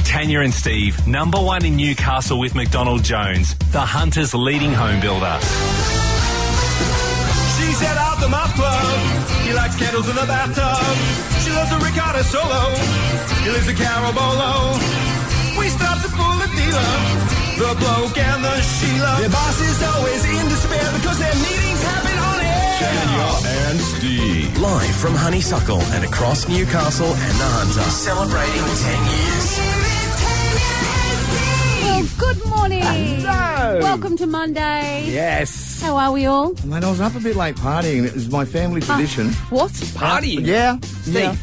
Tanya and Steve, number one in Newcastle with McDonald Jones, the Hunter's leading home builder. She set out the math club. He likes candles in the bathtub. She loves a ricotta solo. He lives a carabolo. We stopped at full of dealer. The bloke and the Sheila. Their boss is always in despair because their meetings happen on air. and Steve. Live from Honeysuckle and across Newcastle and the Hunter. Celebrating 10 years. Well, good morning. Hello. Welcome to Monday. Yes. How are we all? Mate, I was up a bit late partying. It was my Ah. family tradition. What? Partying. Yeah. Steve. Yeah.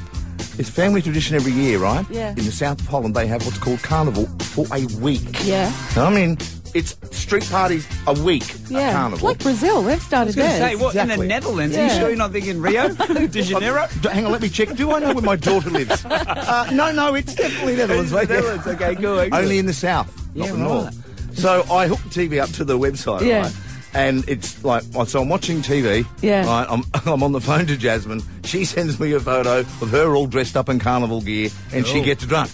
It's family tradition every year, right? Yeah. In the south of Holland, they have what's called carnival for a week. Yeah. Now, I mean, it's street parties a week at Yeah. carnival. Like Brazil, they've started I was going theirs. to say, what, in the Exactly. Netherlands? Are you Yeah. sure you're not thinking Rio? De Janeiro? D- Hang on, let me check. Do I know where my daughter lives? uh, no, no, it's definitely Netherlands. mate. Netherlands, okay, cool. excellent. Only in the south, not Yeah, the north. So I hooked the TV up to the website, Yeah. right? And it's like, so I'm watching TV. Yeah. Right, I'm, I'm on the phone to Jasmine. She sends me a photo of her all dressed up in carnival gear, and Oh. she gets drunk.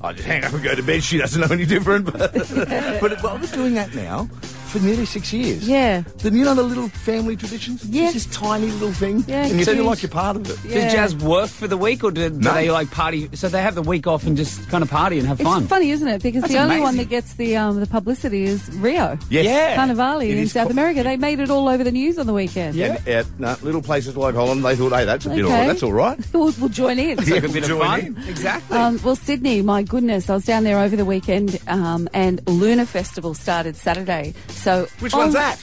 I just hang up and go to bed. She doesn't know any different. But, but I was doing that now for nearly six years. Yeah. Then you know the little family traditions? Yeah. It's this tiny little thing. Yeah, and you feel cute. like you're part of it. Yeah. Does Jazz work for the week or do, do No. they like party? So they have the week off and just kind of party and have It's fun. funny, isn't it? Because That's the only one amazing. that gets the um, the publicity is Rio. Yes. Yeah. Carnivale It in is South co- America. They made it all over the news on the weekend. Yeah, yeah no, little places like Holland, they thought, hey, that's a bit all Okay. right. That's all right. We'll, we'll join in. It's like a bit of Join fun. in. Exactly. Um, well, Sydney, my goodness, I was down there over the weekend, um, and Lunar Festival started Saturday. So Which on- one's that?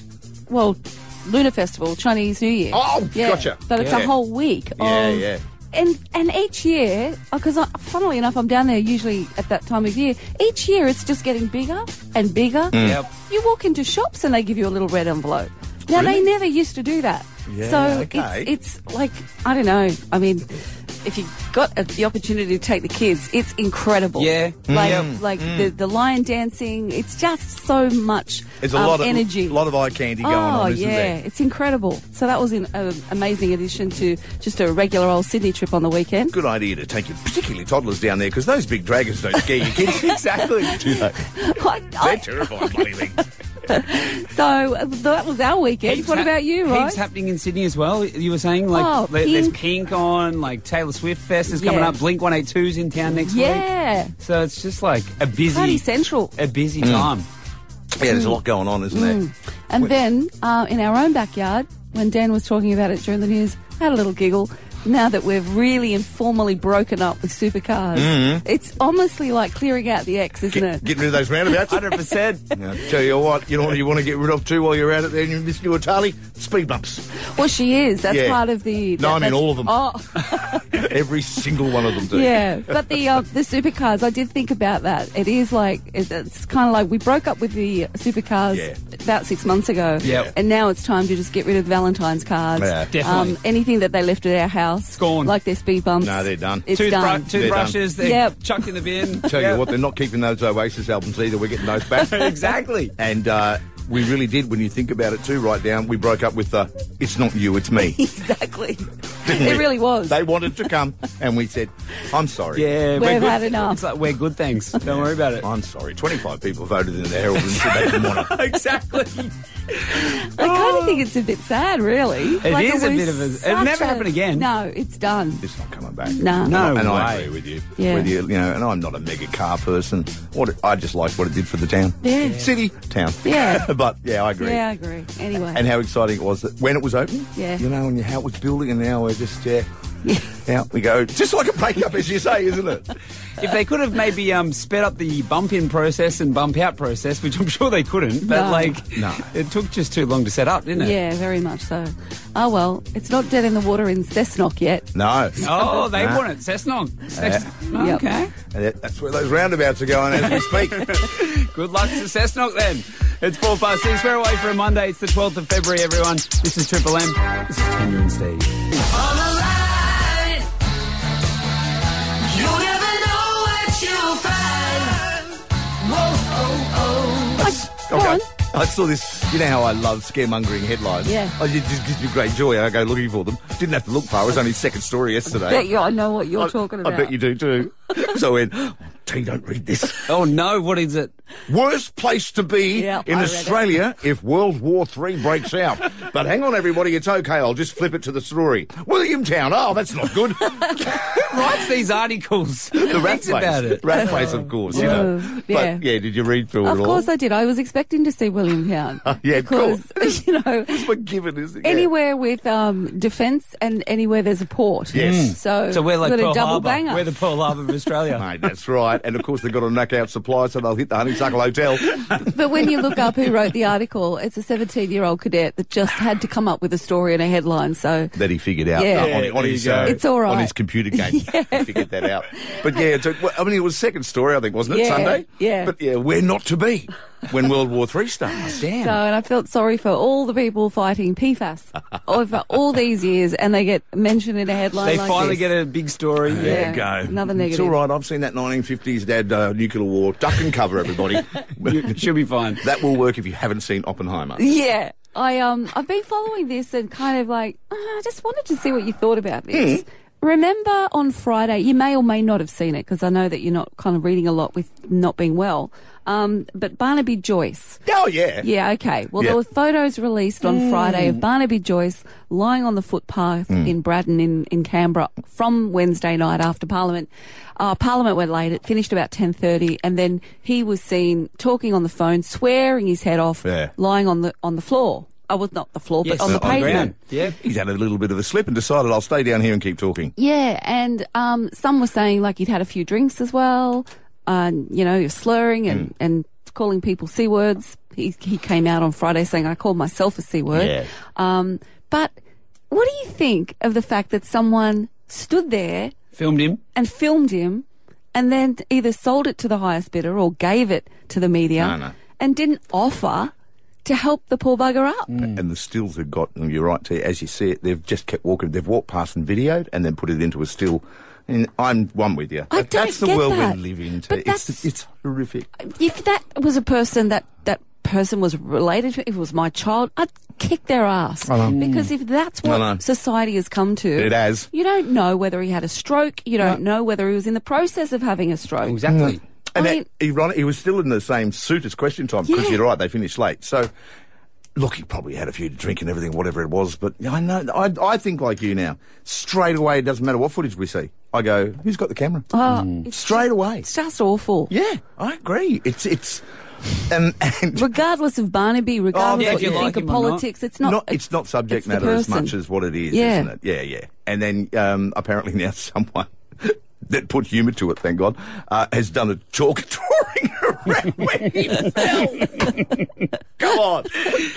Well, Lunar Festival, Chinese New Year. Oh, yeah. gotcha. But it's a Yeah. whole week. Yeah, of- yeah. And and each year, because funnily enough, I'm down there usually at that time of year. Each year, it's just getting bigger and bigger. Yep. You walk into shops and they give you a little red envelope. Now they never used to do that. Yeah, so okay. it's it's like I don't know. I mean, if you got a, the opportunity to take the kids, it's incredible. Yeah. like Mm. like the the lion dancing. It's just so much. There's a um, lot of energy, lot of eye candy going oh, on, isn't yeah, there? it's incredible. So that was an um, amazing addition to just a regular old Sydney trip on the weekend. Good idea to take your particularly toddlers down there because those big dragons don't scare your kids. exactly. Do they? I- They're I- terrifying bloody things. oh, so uh, that was our weekend. Heaps what hap- about you, right? Heaps happening in Sydney as well. You were saying like Oh, there- there's Pink. Pink on, like Taylor Swift Fest is coming Yeah. up. Blink 182's in town next week. yeah, So it's just like a busy, Party Central. a busy time. Mm. Yeah, there's a lot going on, isn't there? Mm. And then uh, in our own backyard, when Dan was talking about it during the news, I had a little giggle. Now that we've really informally broken up with supercars, Mm-hmm. it's honestly like clearing out the ex, isn't Get, it? getting rid of those roundabouts. Hundred percent. Now, tell you what, you know what you want to get rid of too while you're out it there and you miss your Charlie? Speed bumps. Well, she is. That's Yeah. part of the. No, I mean that's- all of them. Oh. Every single one of them do. Yeah, but the uh, the supercars, I did think about that. It is like it, it's kind of like we broke up with the supercars Yeah. about six months ago, Yeah. and now it's time to just get rid of Valentine's cards. Yeah. Definitely. anything that they left at our house, Gone. like their speed bumps. No, they're done. It's Toothbrush, done. toothbrushes, they're Yep. chucked in the bin. Tell Yeah. you what, they're not keeping those Oasis albums either. We're getting those back. exactly. And uh, we really did, when you think about it too, right down, we broke up with uh, It's Not You, It's Me. exactly. Didn't it we? really was. They wanted to come, and we said, I'm sorry. Yeah, We've good. had enough. It's like we're good, thanks. Don't worry about it. I'm sorry. 25 people voted in the Herald and said they didn't want it. exactly. I kind of think Oh. it's a bit sad, really. It is is a bit of a- it'll never happen again. No, it's done. It's not coming back. No. No And I way. agree with you. Yeah. With you, you know, and I'm not a mega car person. What it, I just liked what it did for the town. Yeah. City, town. Yeah. but yeah, I agree. Yeah, I agree. Anyway, And how exciting it was that when it was open. Yeah. You know, and how it was building, and now we're just, yeah. Out we go. Just like a breakup, as you say, isn't it? If they could have maybe um, sped up the bump in process and bump out process, which I'm sure they couldn't, but No. like, No. it took just too long to set up, didn't it? yeah, very much so. Oh well, it's not dead in the water in Cessnock yet. No. Oh, they Nah. want it. Cessnock. Cessnock. Yep. Okay. And that- that's where those roundabouts are going as we speak. Good luck to Cessnock then. It's four past six. We're away for a Monday. It's the 12th of February, everyone. This is Triple M. This is Tender and Steve. On the line. You never know what you'll find. Whoa, oh, oh. Like, go on. I saw this. You know how I love scaremongering headlines. Yeah. Oh, it just gives me great joy. I go looking for them. Didn't have to look far. It was only second story yesterday. bet you I know what you're talking about. I bet you do too. so I went, T, don't read this. Oh no, what is it? Worst place to be Yep, in I read it. Australia if World War Three breaks out. but hang on, everybody, it's okay. I'll just flip it to the story. Williamtown. Oh, that's not good. Who writes these articles? the rat Thinks place. about it. Rat place, of course. You Whoa, know. yeah. But yeah, did you read through Of it all? course I did. I was expecting to see Williamtown. yeah, oh. of course. because, you know, It's what given, isn't it? Yeah. anywhere with um, defence and anywhere there's a port. Yes. Mm. So, Hmm. So we're like we've got Pearl a double Harbor. banger. We're the Pearl Harbor of Australia. Mate, that's right. And of course, they've got to knock out supply, so they'll hit the Honeysuckle Hotel. But when you look up who wrote the article, it's a 17 year old cadet that just had to come up with a story and a headline. So that he figured out Yeah. uh, Yeah, on, on there his you go. uh, It's all on right. his computer game. He figured that out. But yeah, it's a- well, I mean, it was second story, I think, wasn't it? Yeah, Sunday. yeah. But yeah, where not to be when World War Three starts. So, and I felt sorry for all the people fighting PFAS over all these years, and they get mentioned in a headline. They like finally this. get a big story. Yeah, you go. Another It's negative. all right. I've seen that 1950s dad uh, nuclear war. Duck and cover, everybody. You- She'll be fine. that will work if you haven't seen Oppenheimer. Yeah. I um I've been following this and kind of like uh, I just wanted to see what you thought about this. Hmm. Remember on Friday, you may or may not have seen it because I know that you're not kind of reading a lot with not being well. Um, but Barnaby Joyce. Oh yeah. Yeah, okay. Well, Yeah. Hmm. there were photos released on Friday of Barnaby Joyce lying on the footpath in Braddon in, in Canberra from Wednesday night after Parliament. Uh, Parliament went late. It finished about 10.30 and then he was seen talking on the phone, swearing his head off, Yeah. lying on the, on the floor. I was not the floor, but on the pavement. Yeah. He's had a little bit of a slip and decided I'll stay down here and keep talking. Yeah, and um, some were saying like he'd had a few drinks as well, and you know, he was slurring and, Mm. and calling people c words. He he came out on Friday saying I called myself a c word. Yeah. Um, but what do you think of the fact that someone stood there Filmed him. and filmed him, and then either sold it to the highest bidder or gave it to the media, No, no. and didn't offer to help the poor bugger up? And the stills have got, and you're right, T, as you see it, they've just kept walking. They've walked past and videoed and then put it into a still. And I'm one with you. I That- that's the don't get world that. we live in, T. But It's, that's- it's horrific. if that was a person that that person was related to, if it was my child, I'd kick their ass. Because if that's I know. what society has come to, It has. You don't know whether he had a stroke. You don't know whether he was in the process of having a stroke. Exactly. Mm. And I that, mean- ironic, he was still in the same suit as question time because Yeah. you're right, they finished late. So, look, he probably had a few to drink and everything, whatever it was. But I know, I, I think like you now. Straight away, it doesn't matter what footage we see. I go, who's got the camera? Oh, Mm. it's, Straight away. it's just awful. Yeah, I agree. It's it's and and Regardless of Barnaby, Oh, regardless yeah, if of what you you like think of him or not. politics, it's not. not it's not subject it's the matter as person. much as what it is, Yeah. isn't it? Yeah, yeah. And then um, apparently now someone that put humour to it, thank God, uh, has done a chalk drawing around where he fell. Come on,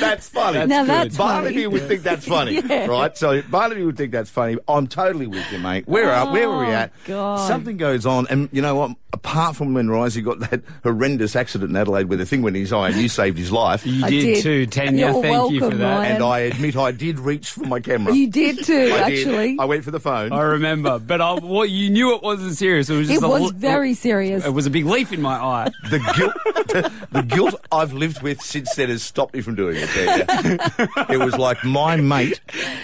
that's funny. Now good. that's Barnaby funny. would think that's funny, Yeah. right? So Barnaby would think that's funny. I'm totally with you, mate. Where are where are we Oh, at? God. Something goes on, and you know what? Apart from when Risey got that horrendous accident in Adelaide with the thing went in his eye, and you saved his life. You I did, did. too, Tanya. You're Thank you for welcome, that. Ryan. And I admit I did reach for my camera. you did too, I did. actually. I went for the phone. I remember, but I, well, you knew it wasn't serious. It was just it a was l- very serious. It was a big leaf in my eye. The guilt, the, guilt I've lived with since then has stopped me from doing it. Tanya. it was like my mate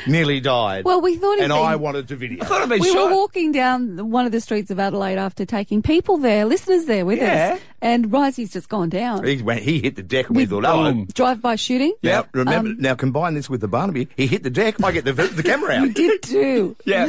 nearly died. Well, we thought he'd and I been- wanted to video. Thought I'd been we shot. were walking down the- one of the streets of Adelaide after taking people there, listeners there with Yeah. us, and Risey's just gone down. He, went, he hit the deck, and we thought, oh. boom. Drive-by shooting. Now, Yep. Um, remember, now combine this with the Barnaby. He hit the deck. I get the, the camera out. You did too. Yeah,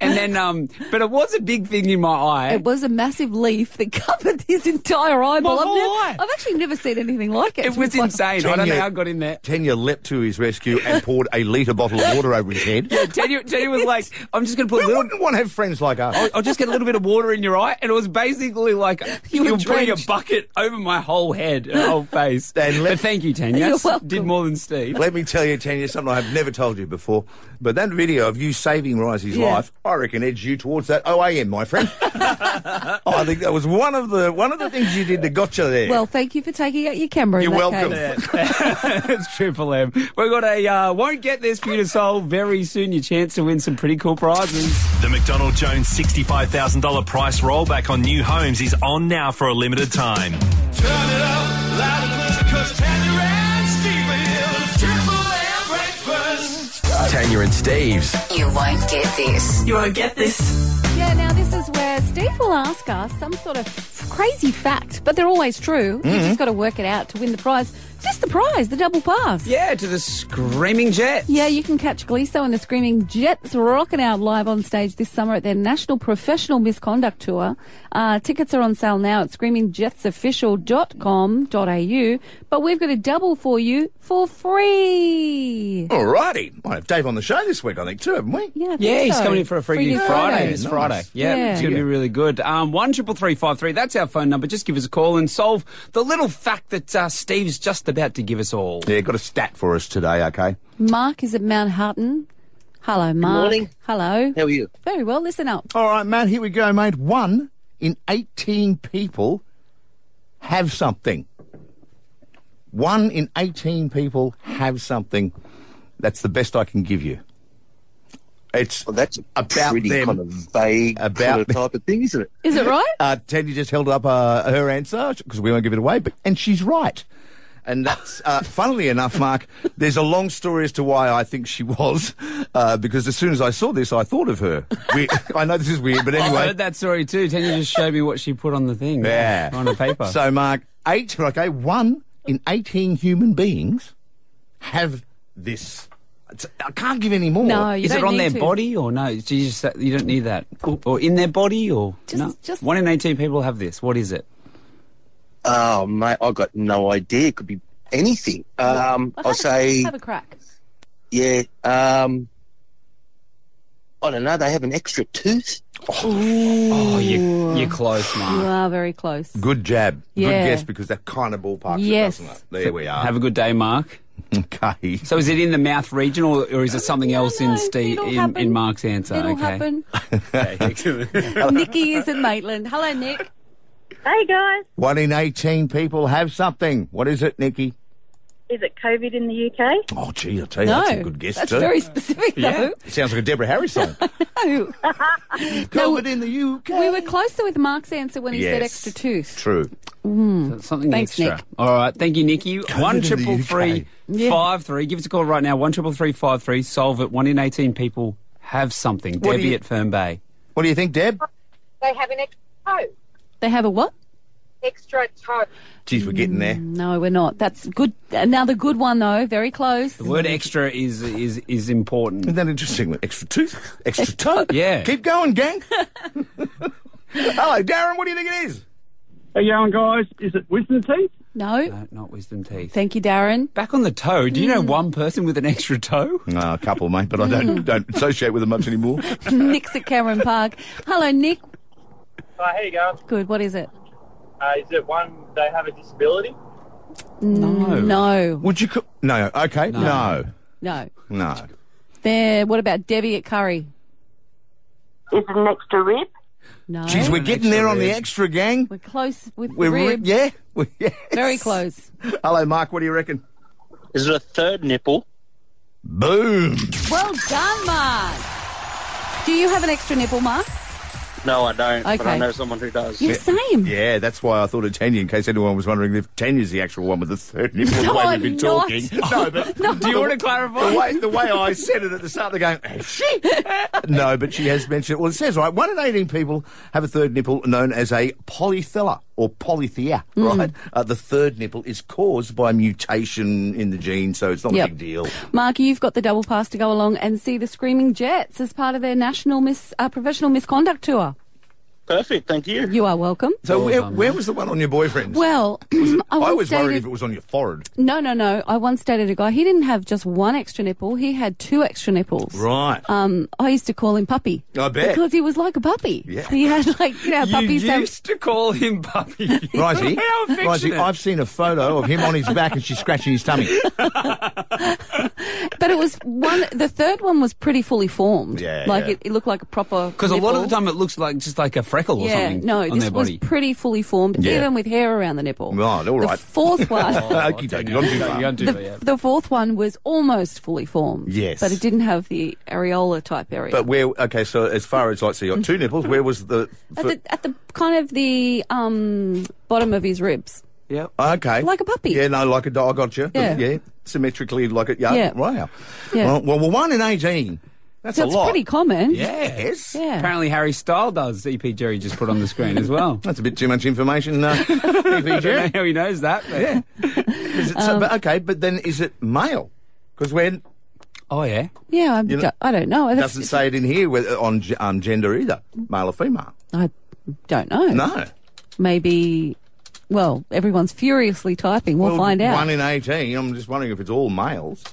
and then um, but it was a big thing in my eye. It was a massive leaf that covered his entire eyeball. My I've, whole never- eye. I've actually never seen anything like it. It was insane. I don't know how I got in there. Tanya leapt to his rescue and poured a litre bottle of water over his head. Tanya, Tanya was like, "I'm just going to put a Who little wouldn't want to have friends like us? I'll just get a little bit of water in your eye, and it was basically like you You were were putting a drenched. bucket over my whole head, and whole face. And let- but thank you, Tanya. You're S- welcome. Did more than Steve. Let me tell you, Tanya, something I've never told you before. But that video of you saving Risey's Yeah. life, I reckon, edged you towards that OAM, my friend. I think that was one of the one of the things you did that got you there. Well, thank you for taking out your camera. You're in that welcome. case. it's Triple M. We've got a uh, won't get this for you to solve very soon. Your chance to win some pretty cool prizes. The McDonald Jones $65,000 price rollback on new homes is on now for a limited time. Turn it up loud and clear, 'cause Tanya and Steve are here. It's Triple M breakfast. Tanya and Steve's. You won't get this. You won't get this. Yeah. Now this is where Steve will ask us some sort of crazy fact, but they're always true. You just got to work it out to win the prize. Just the prize, the double pass. Yeah, to the Screaming Jets. Yeah, you can catch Gliso and the Screaming Jets rocking out live on stage this summer at their National Professional Misconduct Tour. Uh, tickets are on sale now at screamingjetsofficial.com.au, but we've got a double for you for free. Alrighty. Might have Dave on the show this week, I think, too, haven't we? Yeah, I think Yeah, he's so. coming in for a free, gig Friday. It's nice. Friday. Yeah, Yeah. it's going to be really good. Um, one triple three five three. That's our phone number. Just give us a call and solve the little fact that uh, Steve's just about to give us all. Yeah, got a stat for us today, okay? Mark is at Mount Hutton. Hello, Mark. morning. Hello. How are you? Very well. Listen up. All right, Matt, here we go, mate. One in 18 people have something. One in 18 people have something. That's the best I can give you. It's Well, that's About a pretty them. kind of vague About kind of them. type of thing, isn't it? Is it right? Uh, Teddy just held up uh, her answer because we won't give it away, but and she's right. And that's, uh, funnily enough, Mark, there's a long story as to why I think she was, uh, because as soon as I saw this, I thought of her. We, I know this is weird, but I anyway. heard that story too. Tanya just showed me what she put on the thing. Yeah. on the paper. So, Mark, eight, okay, one in 18 human beings have this. It's- I can't give any more. No, you is don't it on need their to. body or no? Do you, just, you don't need that, or in their body or Just- no? just- One in eighteen people have this. What is it? Oh, mate, I got no idea. It could be anything. Um, Well, I'll have a- say, Have a crack. yeah. Um, I don't know. They have an extra tooth. Oh, you, you're close, You Mark. are very close. Good jab. Good Yeah. guess, because that kind of ballpark. Yes. Doesn't it? There we are. Have a good day, Mark. okay. So is it in the mouth region, or, or is it something No, else no, in Steve it'll in, happen. in Mark's answer? It'll okay. happen. Okay, excellent. Nikki is in Maitland. Hello, Nick. Hey guys, One in 18 people have something. What is it, Nikki? is it COVID in the UK? Oh, gee, I'll tell you, No, that's a good guess, That's too. very specific, though. It sounds like a Deborah Harry song. No. COVID in the UK. we were closer with Mark's answer when he said Yes. Mm. extra tooth. True. Something Thanks, extra. Nick. All right, thank you, Nikki. One in the triple UK. three five three. Give us a call right now. One triple three five three. Solve it. One in eighteen people have something. What do Debbie you- at Fern Bay. What do you think, Deb? They have an extra toe, They have a what? extra toe. Geez, we're getting there. No, we're not. That's good. Another good one, though. Very close. The word extra is is is important. Isn't that interesting? Extra tooth, extra toe. Yeah. Keep going, gang. Hello, Darren. What do you think it is? How you going, guys? Is it wisdom teeth? Uh, No. No, not wisdom teeth. Thank you, Darren. Back on the toe. Do you know one person with an extra toe? Hmm. No, Hmm. a couple, mate, but I don't don't associate with them much anymore. Nick's at Cameron Park. Hello, Nick. Uh, how you going? Good. What is it? Uh, is it one they have a disability? No. No. Would you? Co- no. Okay. No. No. No. There. What about Debbie at Curry? Is it an extra rib? No. Geez, we're getting there on the rib. extra gang. We're close with We're re- rib. yeah. we- yes. Very close. Hello, Mark. What do you reckon? Is it a third nipple? Boom. Well done, Mark. Do you have an extra nipple, Mark? No, I don't. But Okay. I know someone who does. Yeah, same. Yeah, that's why I thought of Tanya, in case anyone was wondering if Tanya's the actual one with the third nipple, the No, way I'm we've been not. talking. No, but Do you want to clarify? the, way, the way I said it at the start, they're going, "Eh, shit. no, but she has mentioned, well, it says, right, one in 18 people have a third nipple known as a polythella or polythea, Hmm. right? Uh, the third nipple is caused by mutation in the gene, so it's not Yep. a big deal. Mark, you've got the double pass to go along and see the Screaming Jets as part of their national mis- uh, professional misconduct tour. Perfect. Thank you. You are welcome. So where, where was the one on your boyfriend's? Well, I, I once was worried dated- if it was on your forehead. No, no, no. I once dated a guy. He didn't have just one extra nipple. He had two extra nipples. Right. Um, I used to call him puppy. I bet. because he was like a puppy. Yeah. He had like you know how You puppies have. used to call him puppy. Righty, How righty, affectionate. I've seen a photo of him on his back and she's scratching his tummy. But it was one. The third one was pretty fully formed. Yeah, like yeah. It, it looked like a proper. Because a lot of the nipple. time it looks like just like a freckle or Yeah, something no, on this their was body. pretty fully formed, Yeah. even with hair around the nipple. Right, all The right. fourth Oh, one, Okey dokey, gone too far. the, the fourth one was almost fully formed. Yes. but it didn't have the areola type area. But where? Okay, so as far as like, so you got two nipples. Where was the? fir- at the, at the kind of the um, bottom of his ribs. Yep. Ah, okay, like a puppy. Yeah, no, like a dog. I got you. Yeah. symmetrically like a yeah. Yeah. Wow. Yeah. Well, well, one in eighteen. That's so a it's lot. pretty common. Yes. Yeah. Apparently, Harry Style does. EP Jerry just put on the screen as well. That's a bit too much information. Uh, I don't know PPG. how he knows that. But yeah. Is it so- Um, but okay, but then is it male? Because when Oh yeah. Yeah, I'm, You know- I don't know. That's- doesn't say it in here whether, on g- um, gender either, male or female. I don't know. No. Maybe. Well, everyone's furiously typing. We'll, Well, find out. One in eighteen. I'm just wondering if it's all males.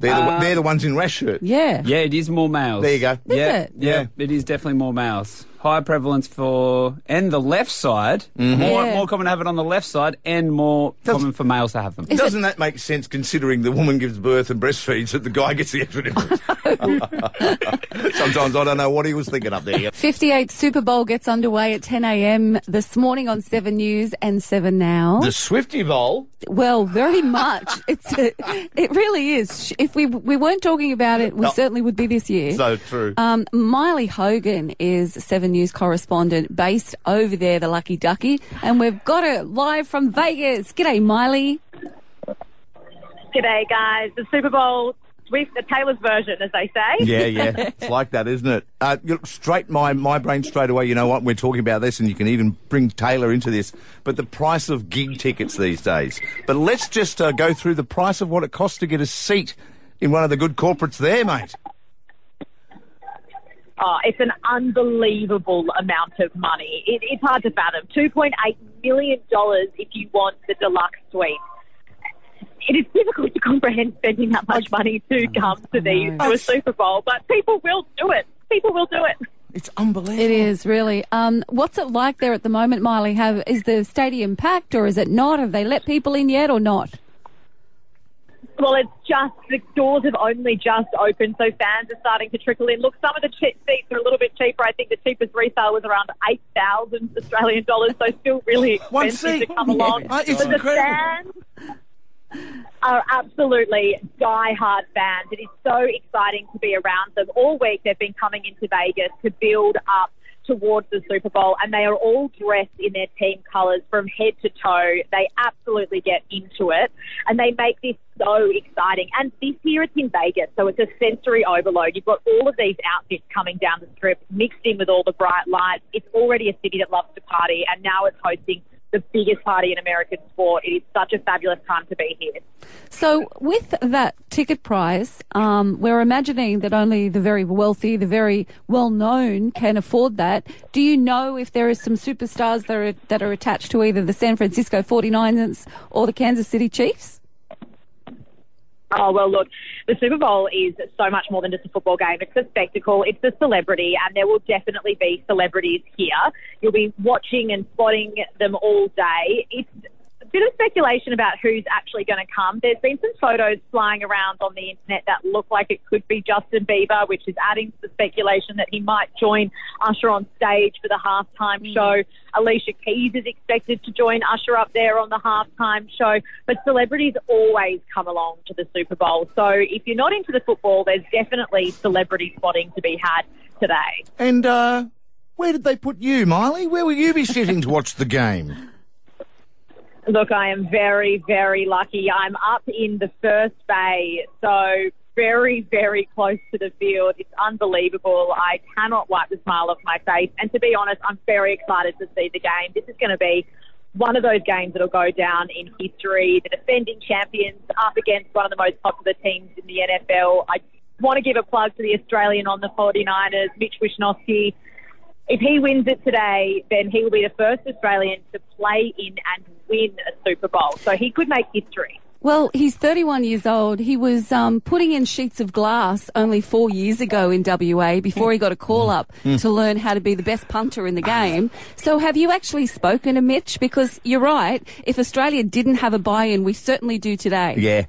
They're the, Uh, they're the ones in rash shirt. yeah. Yeah, it is more males. There you go. Is Yeah, it? yeah, it is definitely more males. Higher prevalence for and the left side. Mm-hmm. More Yeah. more common to have it on the left side, and more common for males to have them. Doesn't that make sense considering the woman gives birth and breastfeeds that the guy gets the extra difference? Sometimes I don't know what he was thinking up there. 58 Super Bowl gets underway at 10 a.m. this morning on 7 News and 7 Now. The Swifty Bowl. Well, very much. It's a, it really is. Sh- If we we weren't talking about it, we No. certainly would be this year. So true. Um, Miley Hogan is Seven News correspondent based over there, the Lucky Ducky, and we've got her live from Vegas. G'day, Miley. Today, guys, the Super Bowl Swift, the Taylor's version, as they say. Yeah, yeah. It's like that, isn't it? Uh, you know, straight my, my brain straight away. You know what? We're talking about this, and you can even bring Taylor into this. But the price of gig tickets these days. But let's just uh, go through the price of what it costs to get a seat in one of the good corporates there, mate. Oh, it's an unbelievable amount of money. It, it's hard to fathom. $2.8 million if you want the deluxe suite. It is difficult to comprehend spending that much money to come to these to a Super Bowl, but people will do it. People will do it. It's unbelievable. It is really. Um, what's it like there at the moment, Miley? Have is the stadium packed or is it not? Have they let people in yet or not? Well, it's just the doors have only just opened, so fans are starting to trickle in. Look, some of the che- seats are a little bit cheaper. I think the cheapest resale was around eight thousand Australian dollars, so still really Oh, One expensive seat. to come along. Oh, it's But the incredible. fans are absolutely die-hard fans. It is so exciting to be around them. All week they've been coming into Vegas to build up towards the Super Bowl, and they are all dressed in their team colours from head to toe. They absolutely get into it, and they make this so exciting. And this year it's in Vegas, so it's a sensory overload. You've got all of these outfits coming down the strip, mixed in with all the bright lights. It's already a city that loves to party, and now it's hosting the biggest party in American sport. It is such a fabulous time to be here. So, with that ticket price, um, we're imagining that only the very wealthy, the very well known, can afford that. Do you know if there are some superstars that are, that are attached to either the San Francisco 49ers or the Kansas City Chiefs? Oh, well, look, the Super Bowl is so much more than just a football game. It's a spectacle, it's a celebrity, and there will definitely be celebrities here. You'll be watching and spotting them all day. It's a bit of speculation about who's actually going to come. There's been some photos flying around on the internet that look like it could be Justin Bieber, which is adding to the speculation that he might join Usher on stage for the halftime show. Alicia Keys is expected to join Usher up there on the halftime show. But celebrities always come along to the Super Bowl. So if you're not into the football, there's definitely celebrity spotting to be had today. And uh, where did they put you, Miley? Where will you be sitting to watch the game? Look, I am very, very lucky. I'm up in the first bay, so very, very close to the field. It's unbelievable. I cannot wipe the smile off my face. And to be honest, I'm very excited to see the game. This is going to be one of those games that'll go down in history. The defending champions up against one of the most popular teams in the NFL. I want to give a plug to the Australian on the 49ers, Mitch Wisnowski if he wins it today, then he will be the first Australian to play in and win a Super Bowl. So he could make history. Well, he's 31 years old. He was um, putting in sheets of glass only four years ago in WA before he got a call up Hmm. to learn how to be the best punter in the game. So, have you actually spoken to Mitch? Because you're right. If Australia didn't have a buy in, we certainly do today. Yeah.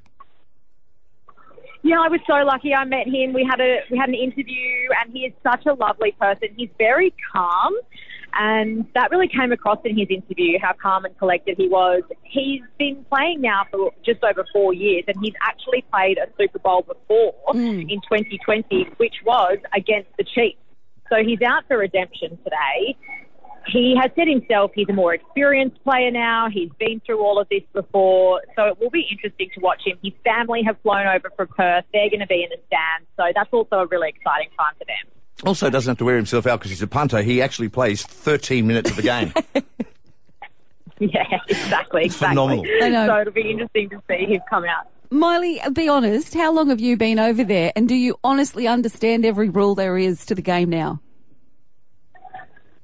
Yeah, I was so lucky. I met him. We had a we had an interview, and he is such a lovely person. He's very calm, and that really came across in his interview how calm and collected he was. He's been playing now for just over four years, and he's actually played a Super Bowl before in 2020, which was against the Chiefs. So he's out for redemption today. he has said himself he's a more experienced player now. He's been through all of this before, so it will be interesting to watch him. His family have flown over from Perth. They're going to be in the stands, so that's also a really exciting time for them. Also, doesn't have to wear himself out because he's a punter. He actually plays 13 minutes of the game. Yeah, exactly, exactly. phenomenal. I know. So it'll be interesting to see him come out. Miley, be honest, how long have you been over there and do you honestly understand every rule there is to the game now?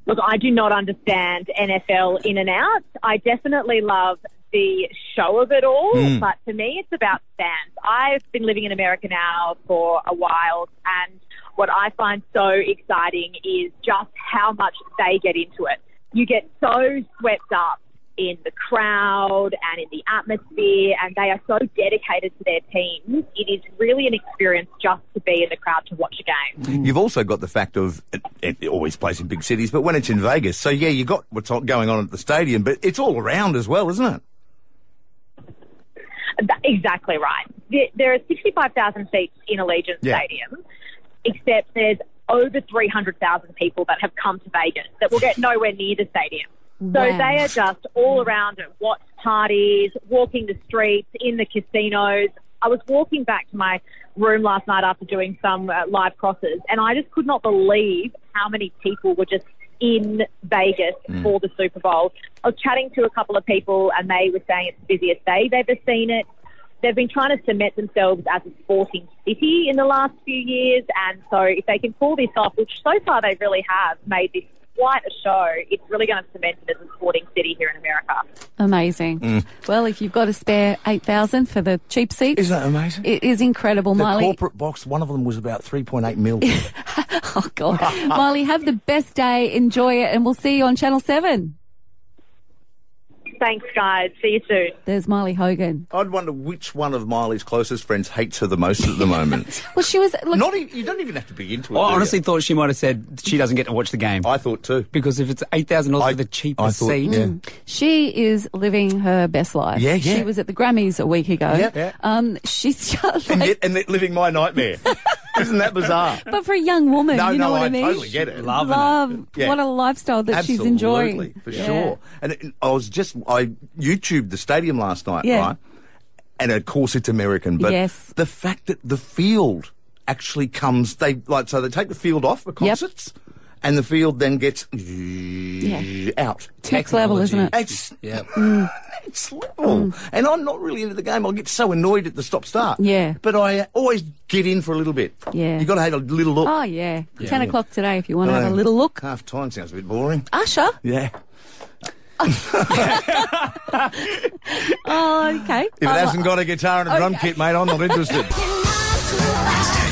Look, I do not understand NFL in and out. I definitely love the show of it all, Mm. but for me, it's about stands. I've been living in America now for a while, and what I find so exciting is just how much they get into it. You get so swept up in the crowd and in the atmosphere, and they are so dedicated to their teams. It is really an experience just to be in the crowd to watch a game. You've also got the fact of it, it it always plays in big cities, but when it's in Vegas, so yeah, you got what's on- going on at the stadium, but it's all around as well, isn't it? That- Exactly right. There, there are 65,000 seats in Allegiant Yeah. Stadium, except there's over 300,000 people that have come to Vegas that will get nowhere near the stadium. So Wow. they are just all around at watch parties, walking the streets, in the casinos. I was walking back to my room last night after doing some uh, live crosses, and I just could not believe how many people were just in Vegas for the Super Bowl. I was chatting to a couple of people, and they were saying it's the busiest day they've ever seen it. They've been trying to cement themselves as a sporting city in the last few years, and so if they can pull this off, which so far they really have made this quite a show, it's really going to cement it as a sporting city here in America. Amazing. Mm. Well, if you've got a spare 8,000 for the cheap seats. Isn't that amazing? It is incredible, the Miley. corporate box, one of them was about 3.8 mil. oh, God. Miley, have the best day. Enjoy it. And we'll see you on Channel 7. Thanks, guys. See you soon. There's Miley Hogan. I'd wonder which one of Miley's closest friends hates her the most at the moment. Oh, Well, she was. Look, Not e- you don't even have to be into it. I do you? honestly thought she might have said she doesn't get to watch the game. I thought too. Because if it's $8,000 for the cheapest thought- seat, Mm. yeah. She is living her best life. Yeah, yeah. She was at the Grammys a week ago. Yeah, yeah. Um, she's just and, like, yet, and yet living my nightmare. Isn't that bizarre? but for a young woman, no, you know no, what I I mean? totally get it. Love, what a lifestyle that Absolutely, she's enjoying. for Yeah. sure. And it, I was just I YouTubed the stadium last night, Yeah. right? And of course it's American, but Yes. the fact that the field actually comes, they like so they take the field off for concerts, and the field then gets out. Next level, isn't it? It's next level. Mm. And I'm not really into the game. I'll get so annoyed at the stop start. Yeah. But I always get in for a little bit. Yeah. You got to have a little look. Oh yeah. Yeah. Um, Ten o'clock today, if you want to have a little look. Half time sounds a bit boring. Usher. Yeah. Oh, okay. If it I'll- hasn't got a guitar and a drum Okay. kit, mate, I'm not interested.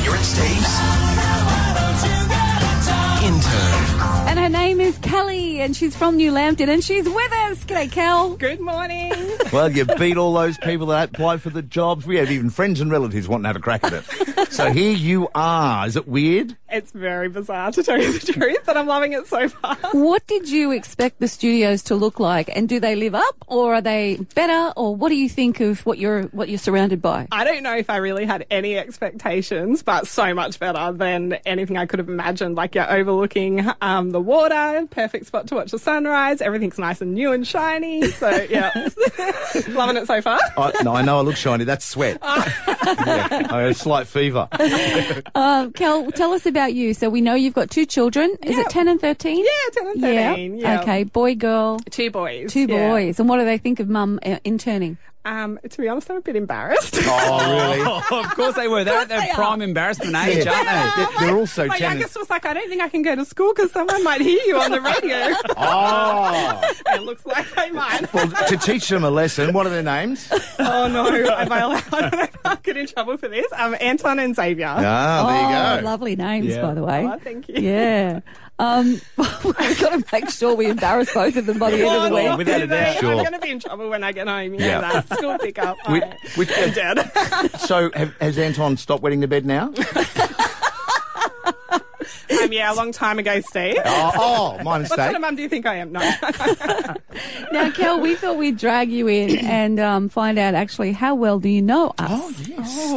You're at Steve's. Intern. And her name is Kelly, and she's from New Lambton, and she's with us. G'day, Kel. Good morning. well, you beat all those people that apply for the jobs. We have even friends and relatives wanting to have a crack at it. so here you are. Is it weird? It's very bizarre to tell you the truth, but I'm loving it so far. What did you expect the studios to look like, and do they live up, or are they better, or what do you think of what you're what you're surrounded by? I don't know if I really had any expectations, but so much better than anything I could have imagined. Like you're overlooking um, the water, perfect spot to watch the sunrise. Everything's nice and new and shiny. So yeah, loving it so far. I, no, I know I look shiny. That's sweat. Yeah, I had a slight fever. Uh, Kel, tell us about you. So we know you've got two children. Is it 10 and 13? Yeah, 10 and 13, yeah. Okay, boy, girl. Two boys. Two yeah. boys. And what do they think of mum uh, interning? Um, to be honest, I'm a bit embarrassed. Oh, Oh, of course they were. They're at their prime embarrassment age, aren't they? They're, they're also My tenants. youngest was like, I don't think I can go to school because someone might hear you on the radio. Oh. it looks like they might. Well, to teach them a lesson, what are their names? Oh no, am I allowed? I don't know if I'll get in trouble for this. Um, Anton and Xavier. Ah, there you go. Oh, Lovely names, Yeah. by the way. Oh, thank you. Yeah. Um, we've got to make sure we embarrass both of them by the end of the Oh, week. no, without a doubt. I'm Sure. going to be in trouble when I get home. Yeah. Yeah, that school pickup. Which, I- which, I'm dead. so, have, has Anton stopped wetting the bed now? time, Um, yeah, a long time ago, Steve. Oh, oh, my What mistake. sort of mum do you think I am? No. Now, Kel, we thought we'd drag you in and um, find out actually how well do you know us? Oh,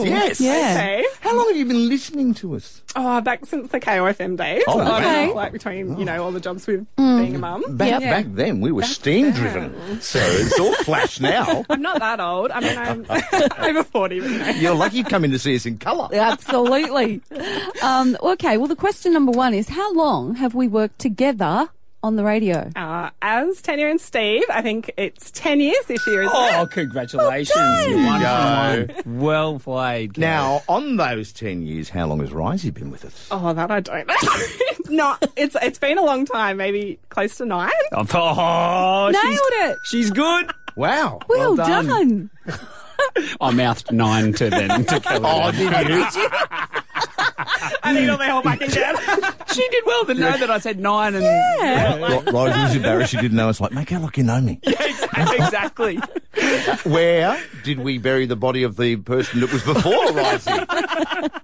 yes. Yes. Yeah. Okay. How long have you been listening to us? Oh, back since the KOFM days. Oh, I wow. don't know, Like between, you know, all the jobs with Mm. being a mum. Back, back then, we were steam driven. So it's all flash now. I'm not that old. I mean, I'm over 40. But no. You're lucky you've come in to see us in colour. Absolutely. um, okay, well, the question number one is how long have we worked together on the radio? Uh, as Tanya and Steve, I think it's 10 years this year, isn't it? Oh, congratulations. you one There for one. Well played. Kev. Now, on those 10 years, how long has Risey been with us? Oh, that I don't know. no, it's it's been a long time, maybe close to nine. Oh, oh, Nailed she's, it. she's good. Wow. Well, done. I mouthed nine to then to Kelly. Oh, did you? I need all the help I can get. she did well to know that I said nine and Ro- Risey was embarrassed she didn't know us. Like, make her look you know me. exactly. Where did we bury the body of the person that was before Risey?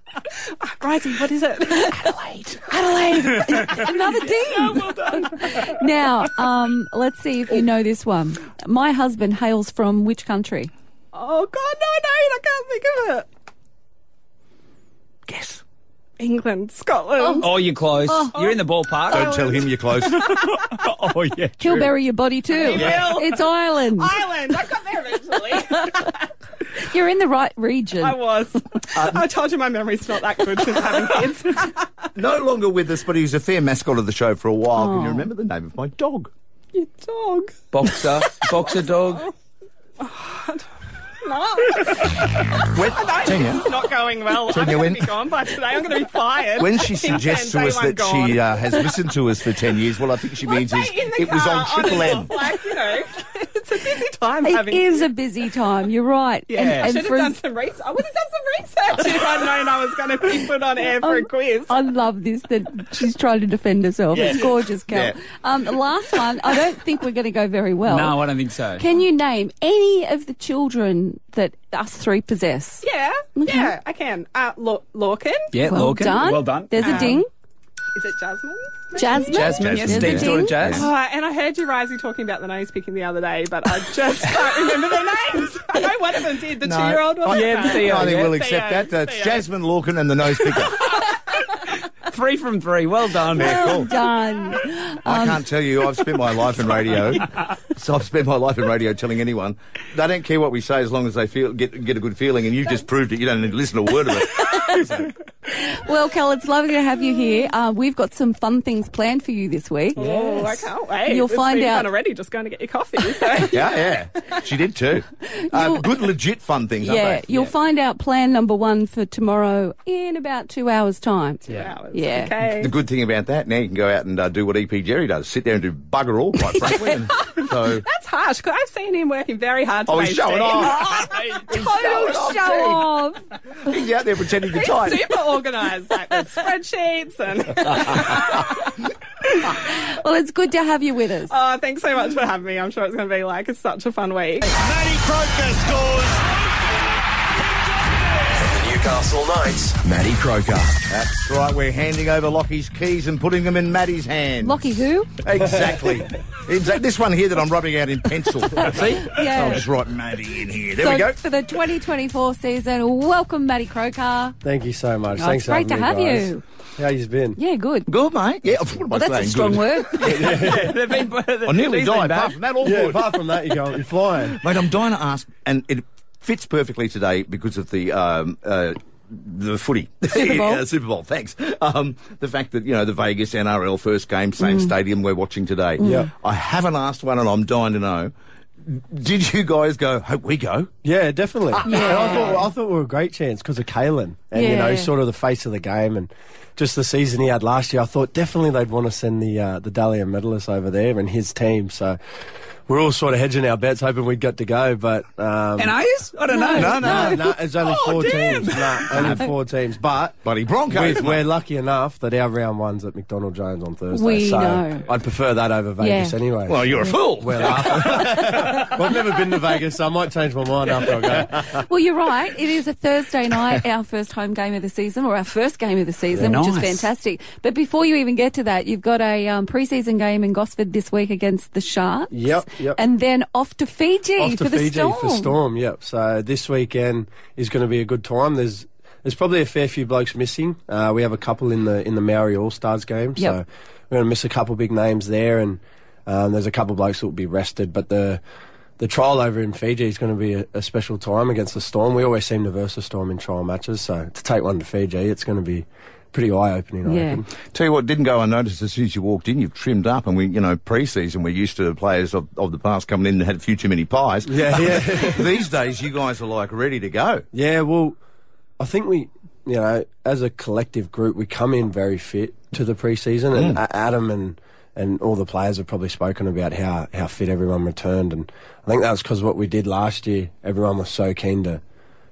Rising, what is it? Adelaide. Another D. now, um, let's see if you know this one. My husband hails from which country? Oh, God, no, no, I can't think of it. Guess. England, Scotland. Oh, you're close. You're in the ballpark. Don't tell him you're close. Oh, yeah. He'll bury your body too. Oh. It's Ireland. Ireland. I got there eventually. You're in the right region. I Um, was. I told you my memory's not that good since having kids. no longer with us, but he was a fair mascot of the show for a while. Can Oh. you remember the name of my dog? Your Oh. dog. Boxer. Boxer dog. No, When, Tanya, it's not going well. I'm Tanya, going when- to be gone by today. I'm going to be fired. when she suggests to Day us one that gone. she uh, has listened to us for 10 years, well, I think she Well, means is say in the it was car, Oh, on Triple honest, M. Uh, Like, you know, it's a busy time It having is a busy time. You're right. Yeah. I And, should and have for done some research. I would have done some research if I'd known I was going to be put on air for a Um, quiz. I love this that she's trying to defend herself. It's gorgeous, Cal. Yeah. Um, the last one, I don't think we're going to go very well. No, I don't think so. Can you name any of the children that us three possess? yeah, yeah, I can. Uh, Law- Lorcan? yeah, Well Lorcan. done. Well done. There's a ding. Is it Jasmine? Jasmine. Jasmine. Jasmine. Yes, There's a Steve's daughter, ding. Jazz. Uh, and I heard you, Risey, talking about the nose picking the other day, but I just can't remember their names. I know one of them did, the two-year-old one. Oh, Oh, Yeah, the I think yeah. E we'll E accept that. That's Theo. Jasmine Lorcan and the nose picker. Three from three. Well done. Well done. Um, Um, I can't tell you. I've spent my life in radio. So I've spent my life in radio telling anyone they don't care what we say as long as they feel get get a good feeling. And you just proved it. You don't need to listen to a word of it. So, Well, Cal, it's lovely to have you here. Uh, we've got some fun things planned for you this week. Oh, I can't wait. You'll It's find been out. fun already just going to get your coffee. So. yeah, yeah. She did too. Um, good, legit fun things. Yeah, aren't they? you'll find out plan number one for tomorrow in about two hours' time. Yeah. hours. Yeah. The Okay. good thing about that now you can go out and uh, do what EP Jerry does: sit there and do bugger all. Quite frankly. And so That's harsh because I've seen him working very hard today. Oh, he's showing Steve. off. Total Show off. He's out there pretending to type. super organised, like with spreadsheets and. Well, it's good to have you with us. Oh, thanks so much for having me. I'm sure it's going to be like it's such a fun week. Matty Croker scores. The Newcastle Knights, Matty Croker. That's right. We're handing over Lockie's keys and putting them in Maddie's hand. Lockie who? Exactly. exactly. This one here that I'm rubbing out in pencil. See? Yeah. I'll just write Maddie in here. There so we go. for the 2024 season, welcome Maddie Croker. Thank you so much. Oh, Thanks it's great for having to me, have guys. you. How you been? Yeah, good. Good, mate. Yeah, what am I Well, Oh, that's a saying? strong Good. word. They've been, I nearly he's been died. bad. Apart from that, all Yeah, good. apart from that, you're, going, you're flying. Mate, I'm dying to ask, and it fits perfectly today because of the. Um, uh, the footy, Super Bowl. Yeah, Super Bowl. Thanks. Um, the fact that you know the Vegas NRL first game, same stadium we're watching today. Yeah. I haven't asked one, and I'm dying to know. Did you guys go? Hope we go. Yeah, definitely. And I, thought, I thought we were a great chance because of Kalen and, you know, Yeah. sort of the face of the game and just the season he had last year. I thought definitely they'd want to send the uh, the Dalian medalist over there and his team. So we're all sort of hedging our bets, hoping we'd get to go. But um, NAs? I don't know. No, no, No. no. It's only Oh, four damn. teams. No, only four teams. But buddy Broncos, we, mate. we're lucky enough that our round one's at McDonald Jones on Thursday. We so know. I'd prefer that over Vegas Yeah. anyway. Well, you're a fool. Well, uh, I've never been to Vegas, so I might change my mind after I go. Well, you're right. It is a Thursday night, our first home game of the season, or our first game of the season, Yeah. which is Nice. fantastic. But before you even get to that, you've got a um, preseason game in Gosford this week against the Sharks. Yep, yep. And then off to Fiji off to for the Fiji Storm. for Storm. Yep. So this weekend is going to be a good time. There's there's probably a fair few blokes missing. Uh, we have a couple in the in the Maori All Stars game, so Yep. we're going to miss a couple big names there, and um, there's a couple blokes that will be rested. But the the trial over in Fiji is going to be a, a special time against the Storm. We always seem to verse the Storm in trial matches, so to take one to Fiji, it's going to be pretty eye opening. I reckon. Tell you what, didn't go unnoticed as soon as you walked in. You've trimmed up, and we, you know, pre-season we're used to players of, of the past coming in that had a few too many pies. Yeah, yeah. These days, you guys are like ready to go. Yeah, well, I think we, you know, as a collective group, we come in very fit to the preseason, and Mm. A Adam and and all the players have probably spoken about how how fit everyone returned, and I think that was because what we did last year, everyone was so keen to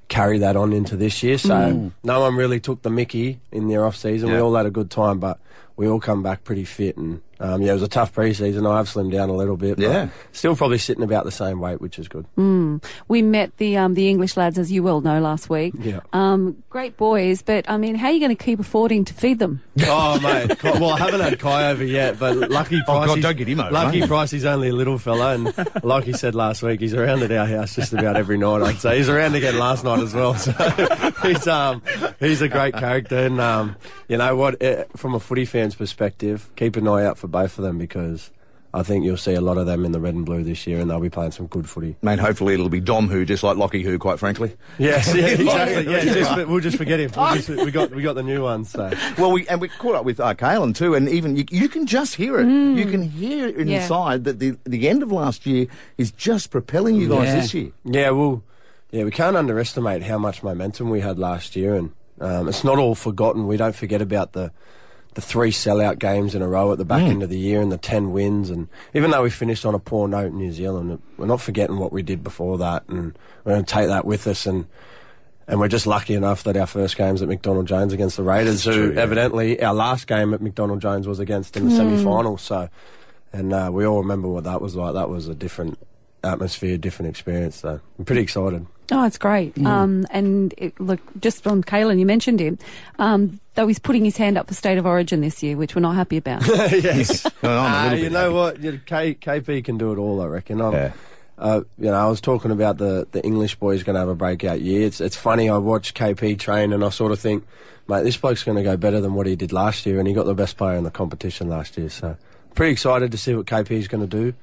carry that on into this year. So Mm. no one really took the Mickey in their off season. We Yeah. all had a good time, but we all come back pretty fit, and um, yeah, it was a tough preseason. I have slimmed down a little bit, but Yeah. still probably sitting about the same weight, which is good. Mm. We met the um, the English lads, as you well know, last week. Yeah. Um, great boys, but I mean, how are you going to keep affording to feed them? Oh mate, Ki- well I haven't had Kai over yet, but lucky Oh, Price. God, don't get him over, Lucky mate. Price, he's only a little fella, and like he said last week, he's around at our house just about every night. I'd say he's around again last night as well. So he's um he's a great character, and um you know what, eh, from a footy fan's perspective, keep an eye out for both of them because I think you'll see a lot of them in the red and blue this year, and they'll be playing some good footy. Mate, hopefully it'll be Dom who, just like Lockie who, quite frankly. Yes, yeah, exactly. Yeah, Yeah. just, we'll just forget him. Oh, We'll just, we got we got the new one, so. Well, we and we caught up with uh, Kalen too, and even you, you can just hear it. You can hear it Mm. Yeah. inside that the the end of last year is just propelling you guys this year. Yeah, well, yeah, we can't underestimate how much momentum we had last year, and um, it's not all forgotten. We don't forget about the the three sellout games in a row at the back Mm. end of the year and the ten wins. And even though we finished on a poor note in New Zealand, we're not forgetting what we did before that, and we're going to take that with us. And and we're just lucky enough that our first game's at McDonald Jones against the Raiders, who true, yeah. evidently our last game at McDonald Jones was against in the Mm. semi final. So, and uh, we all remember what that was like. That was a different atmosphere, different experience. So, I'm pretty excited. Oh, it's great. Um, and it, look, just on Kalen, you mentioned him, um, though he's putting his hand up for State of Origin this year, which we're not happy about. yes. I'm a Ah, little you bit know what? You- K, KP can do it all, I reckon. I'm, uh, you know, I was talking about the, the English boy's going to have a breakout year. It's, it's funny, I watch KP train and I sort of think, mate, this bloke's going to go better than what he did last year, and he got the best player in the competition last year. So, pretty excited to see what KP is going to do.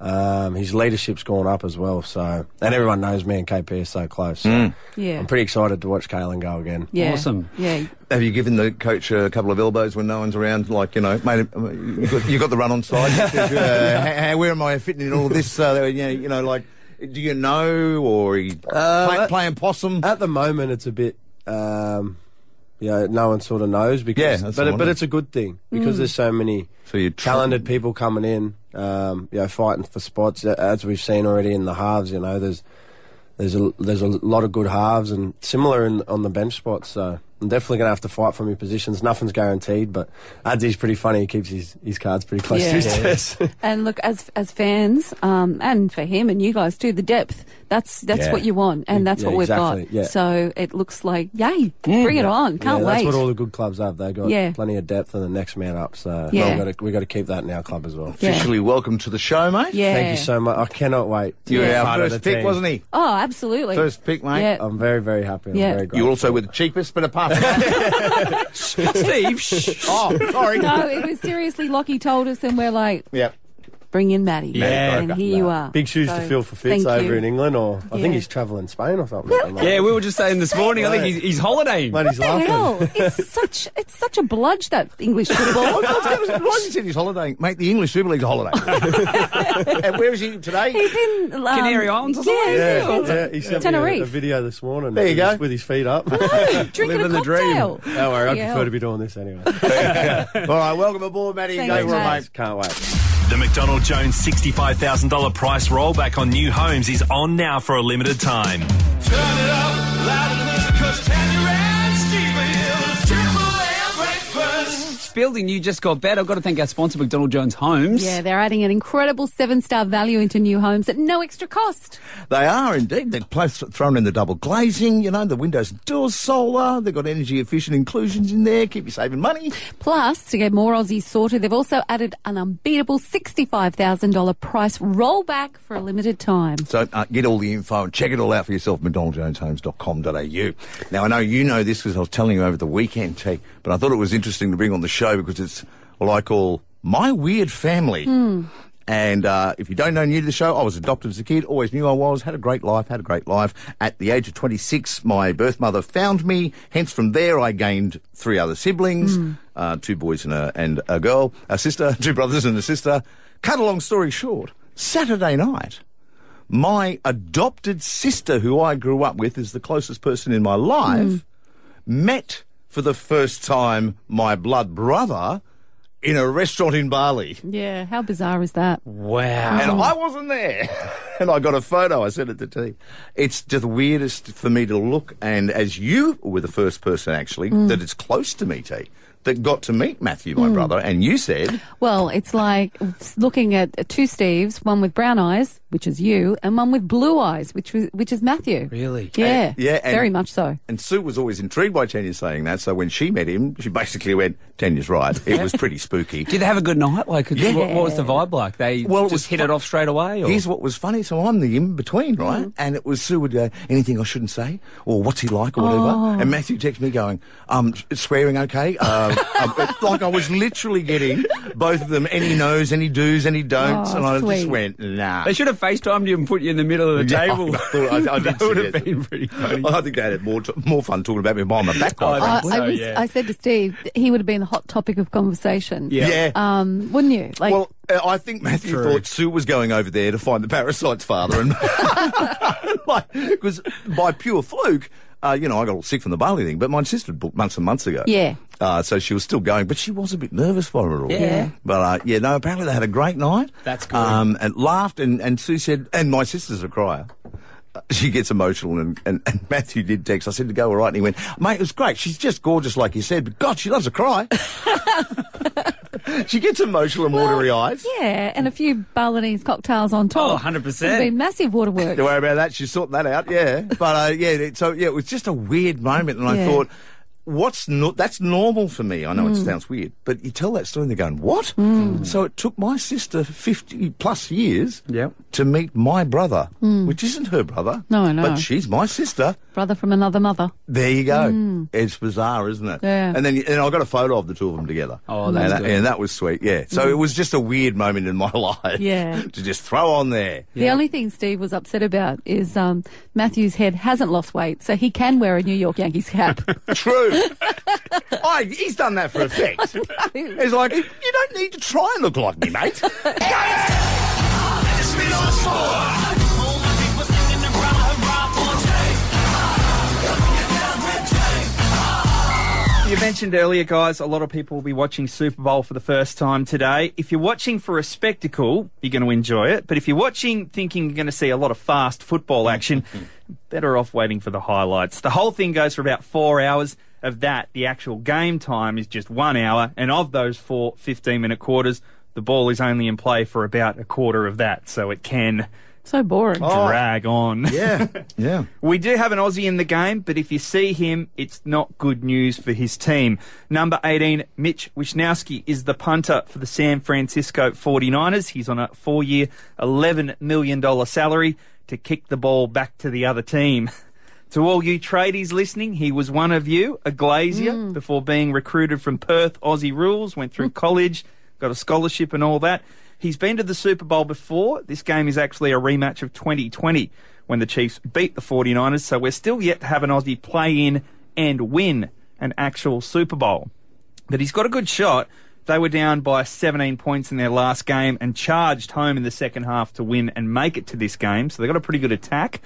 Um, his leadership's gone up as well, so and everyone knows me and KP are so close. So Mm. Yeah. I'm pretty excited to watch Kalen go again. Yeah. Yeah. Have you given the coach a couple of elbows when no one's around? Like you know, mate, you got, you got the run on side. You said, uh, "Hey, hey, where am I fitting in all of this? Uh, you, know, you know, like, do you know or are you play, playing possum? Uh, At the moment, it's a bit, um, you know, no one sort of knows Yeah, because, that's but the it, one. but it's a good thing because Mm. there's so many talented people coming in, um, you know, fighting for spots A- as we've seen already in the halves. You know, there's there's a there's a lot of good halves and similar in, on the bench spots. So I'm definitely going to have to fight for my positions. Nothing's guaranteed, but Adzi's pretty funny. He keeps his, his cards pretty close Yeah. to his Yeah. chest. And look, as as fans, um, and for him and you guys too, the depth. That's that's Yeah. what you want, and that's Yeah, what we've got. exactly, yeah. So it looks like, yay, bring it on! Can't yeah, wait. That's what all the good clubs have. They got Yeah. plenty of depth and the next man up. So Yeah. we've, got to, we've got to keep that in our club as well. Yeah. Officially welcome to the show, mate. Yeah. Thank you so much. I cannot wait. to You be were our part of first the pick, team. wasn't he? oh, absolutely. First pick, mate. Yeah. I'm very, very happy. Yeah. I'm very grateful. You're also were the cheapest, but apart from that, Steve. shh. oh, sorry. no, it was seriously. Lockie told us, and we're like, Yep. bring in Maddie. Yeah. and here you are. Big shoes So, to fill for Fitz thank over you. in England, or I Yeah. think he's travelling Spain or something. Yeah, we were just saying this morning. I think he's, he's holidaying. Bloody What the hell? It's such it's such a bludge that English football. Why did he's holidaying? Mate, the English Super League's a holiday. Uh, and where is he today? He's in um, Canary Islands or something? Yeah, Yeah, yeah, yeah, he sent me a, a Tenerife. video this morning. There you with his- go. with his feet up, Drinking a living the dream. cocktail. Don't worry, I Yeah. prefer to be doing this anyway. All right, welcome aboard, Maddie. Thanks, Go for it, mate. mate. Can't wait. The McDonald Jones $65,000 price rollback on new homes is on now for a limited time. Turn it up loud and clear, 'cause Tanya and Steve are here. It's Triple M breakfast. This building you just got better. I've got to thank our sponsor, McDonald Jones Homes. Yeah, they're adding an incredible seven star value into new homes at no extra cost. They are indeed. They've plus thrown in the double glazing, you know, the windows and doors solar. They've got energy efficient inclusions in there. Keep you saving money. Plus, to get more Aussies sorted, they've also added an unbeatable $65,000 price rollback for a limited time. So uh, get all the info and check it all out for yourself, mcdonaldjoneshomes.com.au. Now, I know you know this because I was telling you over the weekend, T, but I thought it was interesting to bring on the show because it's what I call my weird family. Hmm. Hmm. And uh, if you don't know, new to the show, I was adopted as a kid, always knew I was, had a great life, had a great life. At the age of 26, my birth mother found me. Hence, from there, I gained three other siblings Mm. uh, two boys and a, and a girl, a sister, two brothers and a sister. Cut a long story short, Saturday night, my adopted sister, who I grew up with, is the closest person in my life, met for the first time my blood brother in a restaurant in Bali. Yeah, how bizarre is that? Mm. Wow. And I wasn't there. and I got a photo. I sent it to T. It's just the weirdest for me to look. And as you were the first person, actually, Mm. that it's close to me, T, that got to meet Matthew, my Mm. brother. And you said, Well, it's like looking at two Steves, one with brown eyes, which is you, and one with blue eyes, which was, which is Matthew. Really? Yeah. And- yeah, and- very much so. and Sue was always intrigued by Tanya saying that. So when she met him, she basically went, Tanya's right. It was pretty spooky. Did they have a good night? Like, Yeah. what, what was the vibe like? They Well, it just was hit fu- it off straight away? Or? Here's what was funny. So I'm the in between, right? And it was Sue would go, anything I shouldn't say, or what's he like, or whatever. Oh. And Matthew texted me going, um, s- swearing okay? Um, um, it's like I was literally getting both of them any no's, any do's, any don'ts, Oh, and I sweet. just went, nah. They should have FaceTimed you and put you in the middle of the Yeah, I table. thought- I, I did that would see have it. been pretty funny. I think they had more, t- more fun talking about me behind my back. I Uh, I, think. I was, I said to Steve, that he would have been the hot topic of conversation. Yeah. Yeah. Um, wouldn't you? Like, well, uh, I think Matthew thought Sue was going over there to find the parasite's father, and because by pure fluke, uh, you know, I got all sick from the Bali thing, but my sister had booked months and months ago. Yeah. Uh, so she was still going, but she was a bit nervous for it all. Yeah. Yeah. But uh, yeah, no, apparently they had a great night. That's good. Um, and laughed, and, and Sue said, and my sister's a crier. Uh, She gets emotional, and, and, and Matthew did text. I said to go all right, and he went, "Mate, it was great. She's just gorgeous, like you said. But God, she loves a cry. she gets emotional and watery eyes. yeah, and a few Balinese cocktails on top. Oh, 100%. Would have been massive waterworks. Don't worry about that. She's sorting that out. Yeah, but uh, yeah. it- So yeah, it was just a weird moment, and Yeah. I thought, what's no- that's normal for me. I know Mm. it sounds weird, but you tell that story, and they're going, what? Mm. So it took my sister fifty plus years to meet my brother, Mm. which isn't her brother. No, no. but she's my sister. Brother from another mother. There you go. Mm. It's bizarre, isn't it? Yeah. And then and I got a photo of the two of them together. Oh, that's and, that- good. and that was sweet. Yeah. So Mm. it was just a weird moment in my life. Yeah. to just throw on there. The only thing Steve was upset about is um, Matthew's head hasn't lost weight, so he can wear a New York Yankees cap. True. I, he's done that for effect. he's like, you don't need to try and look like me, mate. You mentioned earlier, guys, a lot of people will be watching Super Bowl for the first time today. If you're watching for a spectacle, you're going to enjoy it. But if you're watching thinking you're going to see a lot of fast football action, better off waiting for the highlights. The whole thing goes for about four hours. Of that, the actual game time is just one hour. And of those four 15 minute quarters, the ball is only in play for about a quarter of that. So it can so boring. Oh. drag on. Yeah. Yeah. We do have an Aussie in the game, but if you see him, it's not good news for his team. Number 18, Mitch Wisnowski, is the punter for the San Francisco 49ers. He's on a four year, $11 million salary to kick the ball back to the other team. To all you tradies listening, he was one of you, a glazier, before being recruited from Perth, Aussie rules, went through college, got a scholarship and all that. He's been to the Super Bowl before. This game is actually a rematch of 2020 when the Chiefs beat the 49ers, so we're still yet to have an Aussie play in and win an actual Super Bowl. But he's got a good shot. They were down by 17 points in their last game and charged home in the second half to win and make it to this game. So they got a pretty good attack.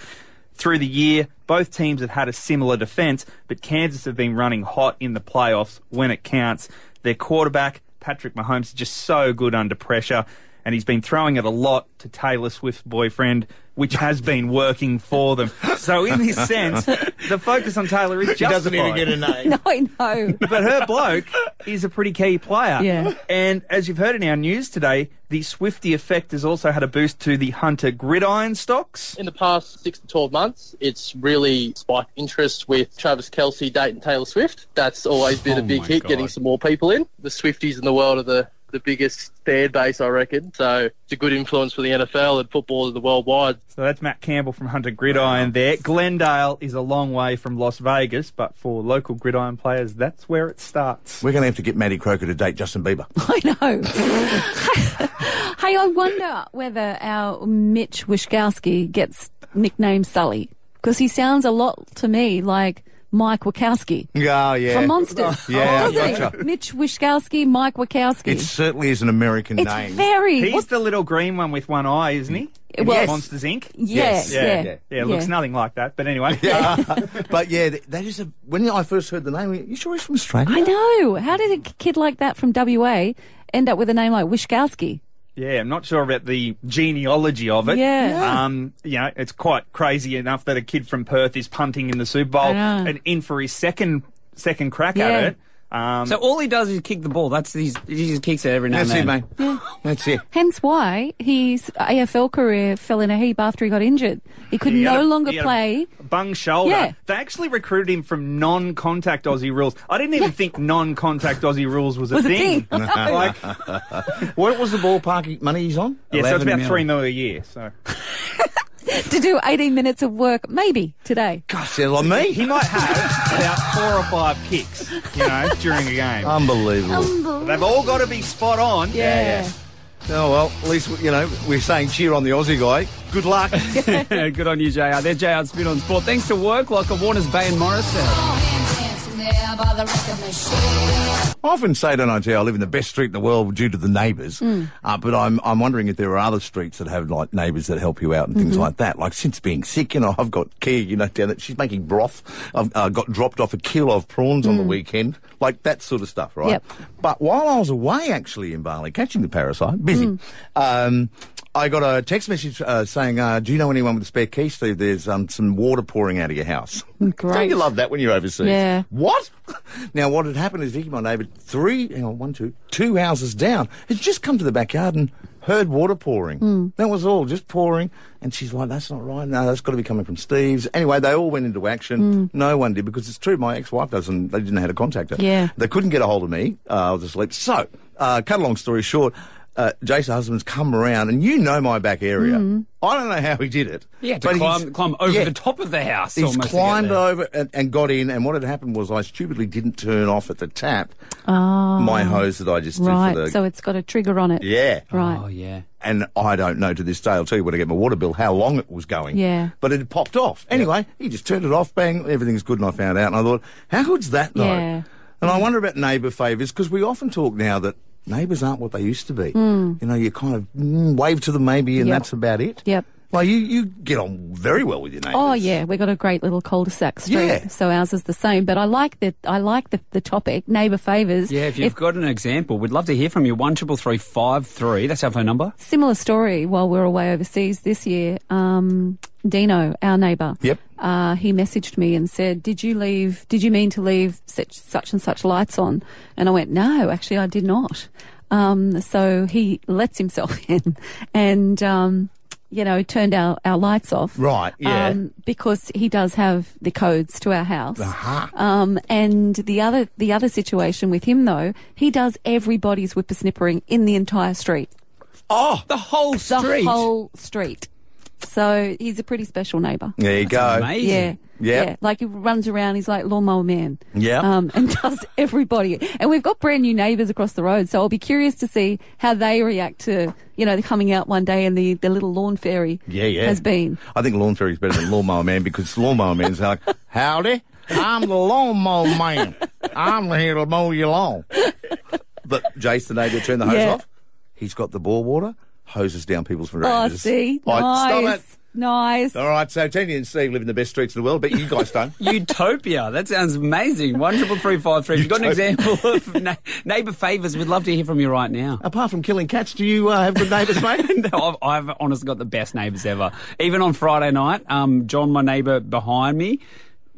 Through the year, both teams have had a similar defense, but Kansas have been running hot in the playoffs when it counts. Their quarterback, Patrick Mahomes, is just so good under pressure. and he's been throwing it a lot to Taylor Swift's boyfriend, which has been working for them. So, in this sense, the focus on Taylor is She justified. doesn't even get a name. No, I know. but her bloke is a pretty key player. Yeah. And as you've heard in our news today, the Swifty effect has also had a boost to the Hunter gridiron stocks. In the past six to 12 months, it's really spiked interest with Travis Kelsey, Dayton Taylor Swift. That's always been a Oh big my hit, God. getting some more people in. The Swifties in the world are the, the biggest fan base, I reckon. So it's a good influence for the NFL and football in the worldwide. So that's Matt Campbell from Hunter Gridiron there. Glendale is a long way from Las Vegas, but for local gridiron players, that's where it starts. We're going to have to get Maddie Croker to date Justin Bieber. Hey, I wonder whether our Mitch Wischkowski gets nicknamed Sully because he sounds a lot to me like Mike Wachowski Oh, yeah. from Monsters. Oh, Yeah, doesn't he? gotcha. Mitch Wischkowski, Mike Wachowski. It certainly is an American It's name. very- He's what- the little green one with one eye, isn't he? In Well- Monsters Inc. Yes, Yeah. yeah, Yeah. yeah. Looks yeah. nothing like that, but anyway. but yeah, th- that is a. When I first heard the name, you sure he's from Australia? I know. How did a kid like that from WA end up with a name like Wischkowski? Yeah, I'm not sure about the genealogy of it. Yeah. Yeah. Um, you know, it's quite crazy enough that a kid from Perth is punting in the Super Bowl I know. and in for his second second crack Yeah. at it. Um, So all he does is kick the ball. That's his, he just kicks it every now That's and it, then. That's it. Hence why his AFL career fell in a heap after he got injured. He could He had no a- longer he had a play. bung shoulder. Yeah. They actually recruited him from non-contact Aussie rules. I didn't even think non-contact Aussie rules was a Was a thing. thing. No. like, what was the ballpark money he's on? yeah, so it's 11 about mil. three mil a year. So to do 18 minutes of work, maybe today. Gosh, they're on Oh, me. He might have about four or five kicks, you know, during a game. Unbelievable. They've all got to be spot on. Yeah. Oh, well, at least, you know, we're saying cheer on the Aussie guy. Good luck. Good on you, JR. There's JR's spin on sport. Thanks to work like a Warner's Bay and Morrison. I often say, don't I, Jay, I live in the best street in the world due to the neighbours. Mm. Uh, but I'm, I'm wondering if there are other streets that have like neighbours that help you out and Mm-hmm. things like that. Like since being sick, you know, I've got Kia, you know, down that she's making broth. I've uh, got dropped off a kilo of prawns on the weekend, like that sort of stuff, right? Hmm. Yep. But while I was away, actually in Bali, catching the parasite, busy. Hmm. Um, I got a text message uh, saying, uh, "Do you know anyone with a spare key, Steve? There's um, some water pouring out of your house." Don't you love that when you're overseas? Yeah. What? Now, what had happened is Vicky, my neighbour, three, hang on, one, two, two houses down, had just come to the backyard and heard water pouring. Mm. That was all, just pouring. And she's like, that's not right. No, that's got to be coming from Steve's. Anyway, they all went into action. No one did because it's true. My ex-wife doesn't, they didn't know how to contact her. Yeah. They couldn't get a hold of me. Uh, I was asleep. So, uh, cut a long story short, uh, Jason's husband's come around and you know my back area. Mm. I don't know how he did it. Yeah, to but climb, he's- climb over yeah. the top of the house. He's almost to get climbed there. over and, and got in, and what had happened was I stupidly didn't turn off at the tap Oh. my hose that I just Right, did for the. so it's got a trigger on it. yeah. Right. yeah. And I don't know to this day, I'll tell you when I get my water bill, how long it was going. Yeah. But it had popped off. Anyway, he just turned it off, bang, everything's good, and I found out. And I thought, how good's that, though? Yeah. And I wonder about neighbour favours, because we often talk now that neighbours aren't what they used to be. Mm. You know, you kind of mm, wave to them maybe, and Yep. that's about it. Yep. Like, you, you get on very well with your neighbours. Oh yeah, we got a great little cul-de-sac street. Yeah. So ours is the same, but I like the I like the, the topic neighbour favours. Yeah, if you've got an example, we'd love to hear from you. One triple three five three. That's our phone number. Similar story while we were away overseas this year. Um, Dino, our neighbour, Yep. uh, he messaged me and said, "Did you leave? Did you mean to leave such such and such lights on?" And I went, "No, actually, I did not." Um, so he lets himself in, and um, you know, turned our, our lights off. Um, Right, yeah. because he does have the codes to our house. Aha. Um, and the other the other situation with him though, he does everybody's whippersnippering in the entire street. Oh, the whole The street. whole street. So he's a pretty special neighbour. There you go. Yeah. Yeah. Yeah. Like he runs around, he's like lawnmower man. Yeah. Um, and does everybody. And we've got brand new neighbours across the road, so I'll be curious to see how they react to, you know, coming out one day and the, the little lawn fairy Yeah, yeah. has been. I think lawn fairy's better than lawnmower man because lawnmower man's like, howdy, I'm the lawnmower man. I'm here to mow your lawn. But Uh, Jason, they turn the hose Yeah. off. He's got the bore water, hoses down people's Oh, ranges. see? Like, nice. Stop Nice. All right, so Tanya and Steve live in the best streets in the world, but you guys don't. Utopia. That sounds amazing. One triple three five three. If you've got an example of na- neighbour favours, we'd love to hear from you right now. Apart from killing cats, do you uh, have good neighbours, mate? no, I've, I've honestly got the best neighbours ever. Even on Friday night, um, John, my neighbour behind me,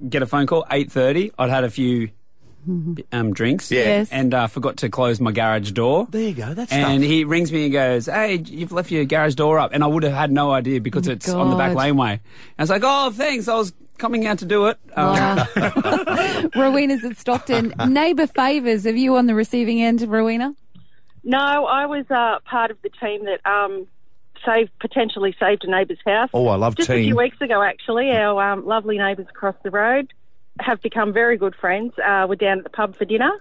get a phone call eight thirty. I'd had a few um, drinks. Yeah. Yes. And uh, forgot to close my garage door. There you go. That's and stuff. he rings me and goes, "Hey, you've left your garage door up," and I would have had no idea because it's on the back Oh God. laneway. And I was like, "Oh, thanks. I was coming out to do it." Um, Rowena's at Stockton. Neighbour favours. Have you on the receiving end, Rowena? No, I was uh, part of the team that um, saved potentially saved a neighbour's house. Oh, I love Just a team. few weeks ago, actually, our um, lovely neighbours across the road have become very good friends. Uh, we're down at the pub for dinner,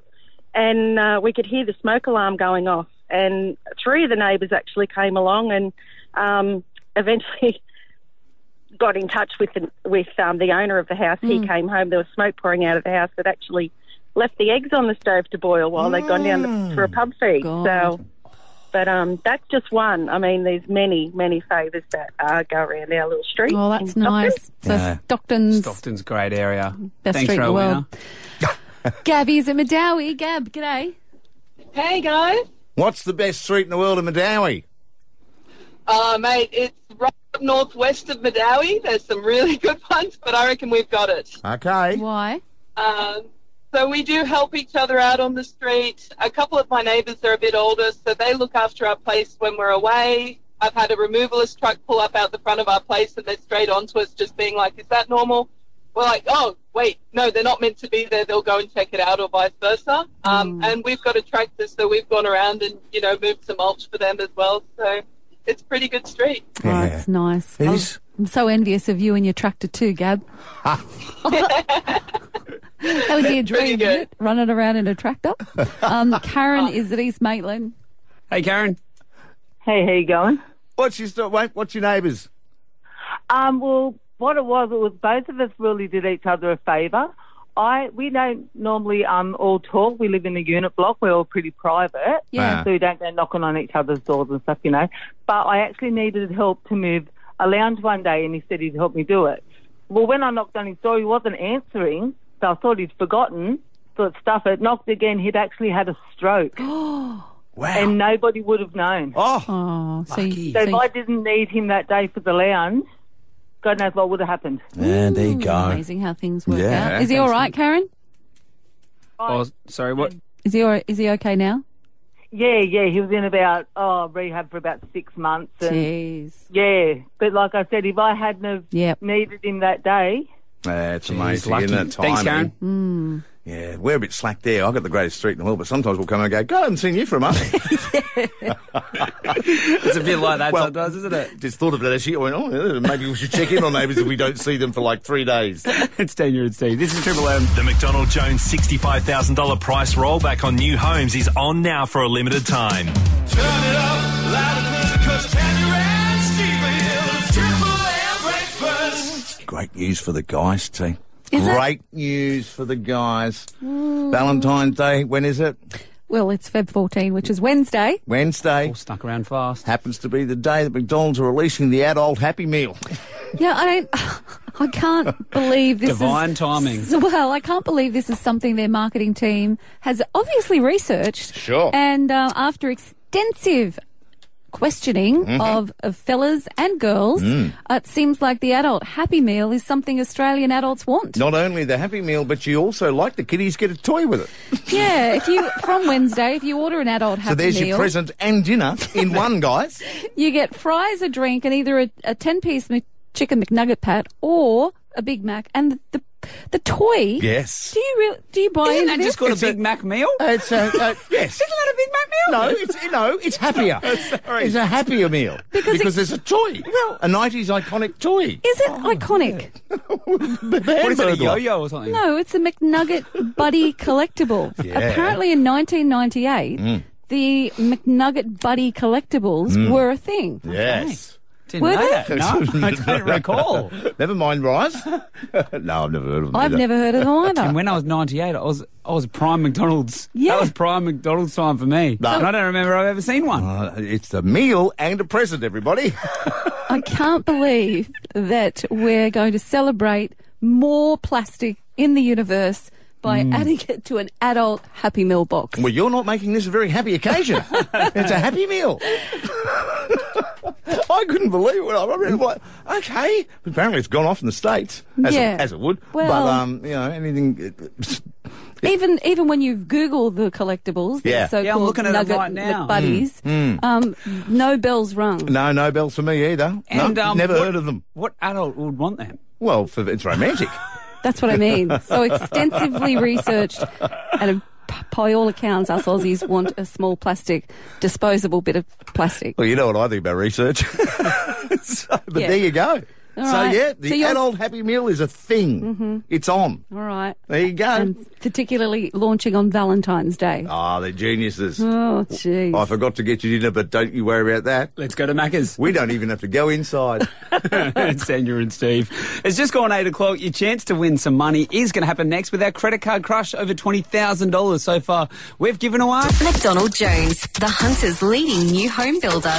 and uh, we could hear the smoke alarm going off. And three of the neighbours actually came along and um, eventually got in touch with the, with um, the owner of the house. He came home. There was smoke pouring out of the house that actually left the eggs on the stove to boil while they'd gone down Mm. the, for a pub feed. So, but um, that's just one. I mean, there's many, many favours that uh, go around our little street. Oh, in that's Stockton. nice. So Yeah. Stockton's Stockton's a great area. best Thanks, street in the Rowena. world. Gabby's at Madawi. Gab, g'day. Hey guys. What's the best street in the world in Madawi? Uh, mate, it's right up northwest of Madawi. There's some really good ones, but I reckon we've got it. Okay. Why? Um, so we do help each other out on the street. A couple of my neighbours are a bit older, so they look after our place when we're away. I've had a removalist truck pull up out the front of our place and they're straight onto us, just being like, "Is that normal?" We're like, "Oh, wait, no, they're not meant to be there. They'll go and check it out, or vice versa." Um, And we've got a tractor, so we've gone around and you know moved some mulch for them as well. So it's a pretty good street. Oh, it's nice. I'm- I'm so envious of you and your tractor too, Gab. that would be a dream, wouldn't it? Running around in a tractor. Um, Karen is at East Maitland. Hey, Karen. Hey, how you going? What's your sto- wait, What's your neighbours? Um, well, what it was, it was both of us really did each other a favour. I we don't normally um all talk. We live in a unit block. We're all pretty private, Yeah. Ah. So we don't go knocking on each other's doors and stuff, you know. But I actually needed help to move a lounge one day, and he said he'd help me do it. Well, when I knocked on his door, he wasn't answering, so I thought he'd forgotten. Thought stuff it. Knocked again. He'd actually had a stroke. And nobody would have known. Oh, so, you, so so if you- I didn't need him that day for the lounge, God knows what would have happened. Yeah, there you go. amazing how things work Yeah. out. Is he all right, Karen? Oh, sorry, what? Is he all right? is he okay now? Yeah, yeah, he was in about oh rehab for about six months. And, Jeez. Yeah, but like I said, if I hadn't have Yep. needed him that day, That's amazing, lucky. isn't it? Thanks, Karen. mm. Yeah, we're a bit slack there. I've got the greatest street in the world, but sometimes we'll come and go, God, I haven't seen you for a month. It's a bit like that Well, sometimes, isn't it? Just thought of that as she went, oh, yeah, maybe we should check in on neighbours if we don't see them for like three days. it's Tanya and Steve. This is Triple M. The McDonald Jones $65,000 price rollback on new homes is on now for a limited time. Turn it up louder than cause Tanya and Steve are here. It's Triple M breakfast. Great news for the guys, T. Is it? Great news for the guys. Valentine's Day, when is it? Well, it's Feb 14, which is Wednesday. Wednesday. All stuck around fast. Happens to be the day that McDonald's are releasing the adult Happy Meal. Yeah, I don't. I can't believe this Divine is timing. Well, I can't believe this is something their marketing team has obviously researched. Sure. And uh, after extensive questioning Mhm. of, of fellas and girls, Mm-hmm. Mm. uh, it seems like the adult happy meal is something Australian adults want. Not only the Happy Meal, but you also, like the kiddies, get a toy with it. yeah, if you from Wednesday, if you order an adult happy so there's meal, your present and dinner in one, guys. you get fries, a drink, and either a, a ten-piece Mc- chicken McNugget pat or a Big Mac, and the the, the toy. Yes. Do you really, do you buy Isn't into that this? just called a Big Mac meal? It's a, uh, yes. Isn't that a Big No, Mac meal? it's, no, it's happier. It's a happier meal. Because, there's a toy. Well, a 90s iconic toy. Is it iconic? What is it, a hamburger. yo-yo or something? No, it's a McNugget Buddy collectible. Yeah. Apparently, in 1998, Mm. the McNugget Buddy collectibles Mm. were a thing. Yes. Didn't Were know they? that. No, I don't recall. Never mind, Rise. no, I've never heard of them. I've either. never heard of them either. And when I was 98, I was I was prime McDonald's. Yeah. That was prime McDonald's time for me. No. And I don't remember I've ever seen one. Uh, it's a meal and a present, everybody. I can't believe that we're going to celebrate more plastic in the universe by Mm. adding it to an adult Happy Meal box. Well, you're not making this a very happy occasion. it's a happy meal. I couldn't believe it. I really like, okay. Apparently, it's gone off in the States, as, Yeah. it, as it would. Well- but, um, you know, anything. uh, Even even when you Google the collectibles, the Yeah. so-called Yeah, I'm looking at it nugget right now. McBuddies, Mm, mm. Um, no bells rung. No, no bells for me either. And, no, um, never what- heard of them. What adult would want them? Well, for, it's romantic. That's what I mean. So extensively researched, and by all accounts, us Aussies want a small plastic, disposable bit of plastic. Well, you know what I think about research. so, but Yeah. there you go. All so, right. yeah, the So you're- adult happy meal is a thing. Mhm. It's on. All right. There you go. And particularly launching on Valentine's Day. Ah, they're geniuses. Oh, jeez. I forgot to get you dinner, but don't you worry about that. Let's go to Macca's. We don't even have to go inside. Sandra and Steve. It's just gone eight o'clock. Your chance to win some money is going to happen next with our credit card crush. Over twenty thousand dollars so far. We've given away. McDonald Jones, the Hunter's leading new home builder.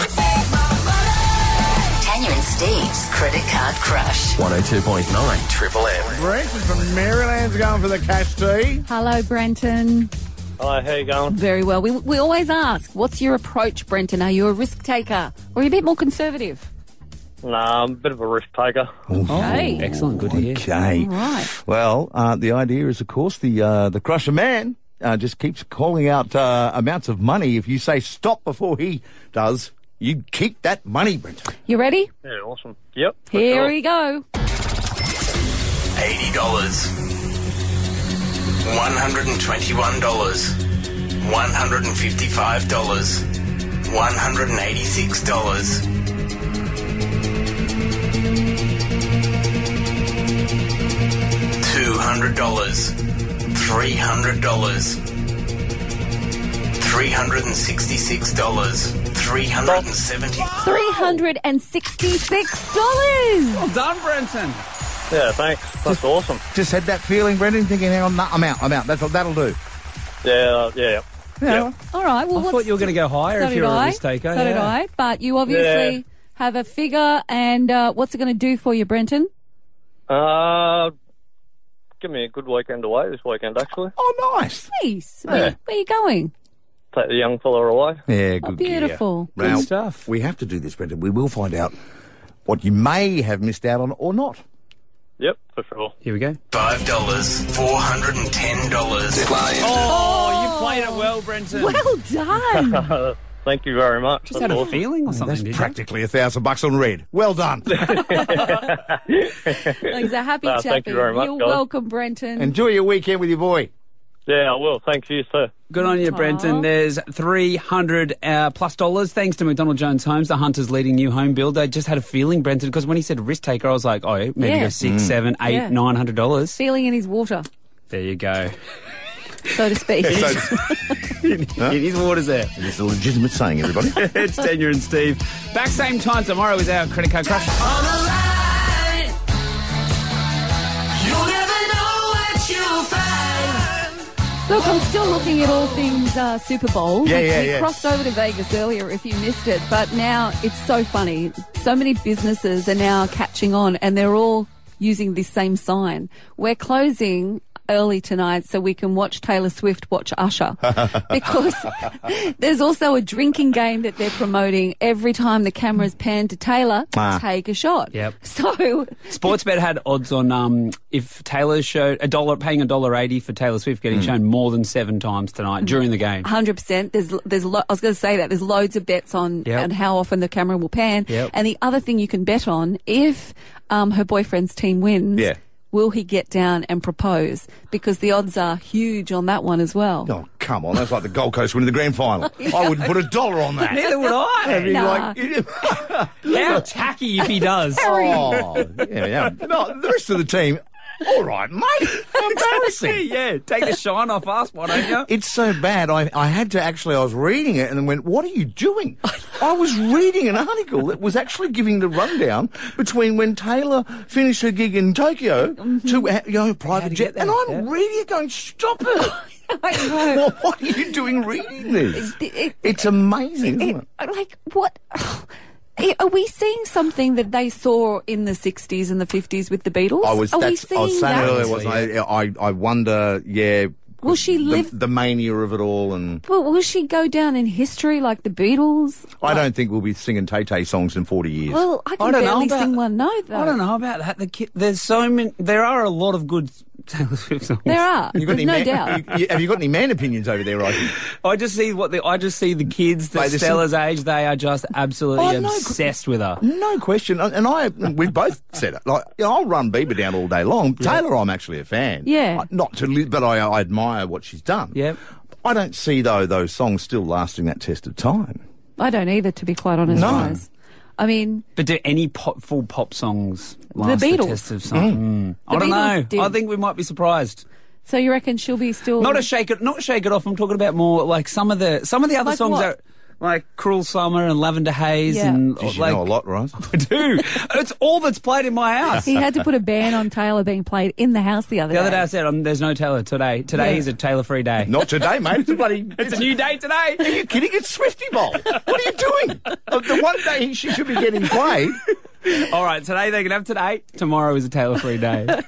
Tanya and Steve's credit card crush. 102.9 Triple M. Brent from Maryland's going for the cash tea. Hello, Brenton. Hi, how you going? Very well. We, we always ask, what's your approach, Brenton? Are you a risk taker or are you a bit more conservative? Nah, I'm a bit of a risk taker. Oh, Okay. Excellent, good to hear. Okay. Right. Well, uh, the idea is, of course, the uh, the crusher man uh, just keeps calling out uh, amounts of money. If you say stop before he does, you keep that money, Brent. You ready? Yeah, awesome. Yep. Here we go. Eighty dollars. One hundred and twenty-one dollars. One hundred and fifty-five dollars. One hundred and eighty-six dollars. Two hundred dollars. Three hundred dollars. Three hundred and sixty-six dollars. Three hundred and seventy. $366. Well done, Brenton. Yeah, thanks. That's awesome. Just had that feeling, Brendan, thinking, hang on, no, I'm out, I'm out. That's what that'll do. Yeah, yeah. Yeah. All right. Well, I thought you were going to go higher so if did you were I. a risk taker. So did eh? yeah. I. But you obviously Yeah. have a figure, and uh, what's it going to do for you, Brenton? Uh, give me a good weekend away this weekend, actually. Oh, nice. Nice. Yeah. Where, where you going? Take the young fella away. Yeah, Oh, good. beautiful. gear. Good Now, stuff. We have to do this, Brendan. We will find out what you may have missed out on or not. Yep, for sure. Here we go. Five dollars. Four hundred and ten dollars. Oh, you played it well, Brenton. Well done. Thank you very much. Just had a feeling or something. Mm, That's practically a thousand bucks on red. Well done. He's a happy No, chappy. thank you very much, are guys. welcome, Brenton. Enjoy your weekend with your boy. Yeah, I will. Thank you, sir. Good on you, Brenton. There's 300 uh, plus dollars thanks to McDonald Jones Homes, the Hunter's leading new home builder. I just had a feeling, Brenton, because when he said risk taker, I was like, oh, maybe Yeah. go Mm. six, seven, eight, Yeah. nine hundred dollars. Feeling in his water, There you go. so to speak. It is water's there. It's a legitimate saying, everybody. it's Daniel and Steve. Back same time tomorrow is our credit card crush. You'll never know what you'll find. Look, I'm still looking at all things uh, Super Bowl. Yeah, we, yeah, we yeah. crossed over to Vegas earlier if you missed it, but now it's so funny. So many businesses are now catching on and they're all using this same sign. We're closing early tonight so we can watch Taylor Swift watch Usher. because there's also a drinking game that they're promoting every time the camera's panned to Taylor, Ah. take a shot. Yep. So Sportsbet had odds on um, if Taylor showed a dollar, paying a dollar eighty for Taylor Swift getting Hmm. shown more than seven times tonight during the game. Uh-huh. Hundred percent. There's there's lo- I was going to say that there's loads of bets on Yep. and how often the camera will pan. Yep. And the other thing you can bet on if um, her boyfriend's team wins. Yeah. Will he get down and propose? Because the odds are huge on that one as well. Oh, come on. That's like the Gold Coast winning the grand final. I wouldn't put a dollar on that. Neither would I. I'd be Nah. like, How tacky if he does. oh, yeah, yeah. No, the rest of the team, all right, mate. Embarrassing. yeah, take the shine off us, why don't you? It's so bad. I, I had to actually, I was reading it and then went, What are you doing? I was reading an article that was actually giving the rundown between when Taylor finished her gig in Tokyo Mm-hmm. to, uh, you know, a private jet. And I'm reading it going, Stop it. Well, what are you doing reading this? It- it- it's amazing, it- isn't it? Like what? I- Are we seeing something that they saw in the 60s and the 50s with the Beatles? I was. Are we that's, seeing I was saying that? earlier, wasn't I? I? I wonder. Yeah. Will she the- live- the, mania of it all? And But will she go down in history like the Beatles? I don't think we'll be singing Tay Tay songs in forty years. Well, I can I don't know barely about- sing one note, though. I don't know about that. The ki there's so many. There are a lot of good Taylor Swift songs. There are. You got any There's no man- doubt. you- you- have you got any man opinions over there, Rocky? I just see what the I just see the kids that Mate, this is- Stella's age. They are just absolutely Oh, no, obsessed with her. No question. And and I, we've both said it. Like, you know, I'll run Bieber down all day long. Taylor, I'm actually a fan. Yeah. I- Not to, li- but I, I admire what she's done. Yeah. I don't see though those songs still lasting that test of time. I don't either, to be quite honest, No. guys. I mean, But do any pop, full pop songs The last Beatles. test of Hmm. time? Mm. The I don't Beatles know. did. I think we might be surprised. so you reckon she'll be still. Not a shake it, not shake it off. I'm talking about more like some of the some of the other Like songs what? are like Cruel Summer and Lavender Haze Yeah. and Geez, you like know a lot, right? I do. It's all that's played in my house. he had to put a ban on Taylor being played in the house the other, The other day day. I said, um, "There's no Taylor today. Today Yeah. is a Taylor-free day." Not today, mate. It's a bloody. It's a new day today. Are you kidding? It's Swifty Bowl. What are you doing? Uh, The one day she should be getting played. All right, today they can have today. Tomorrow is a Taylor-free day.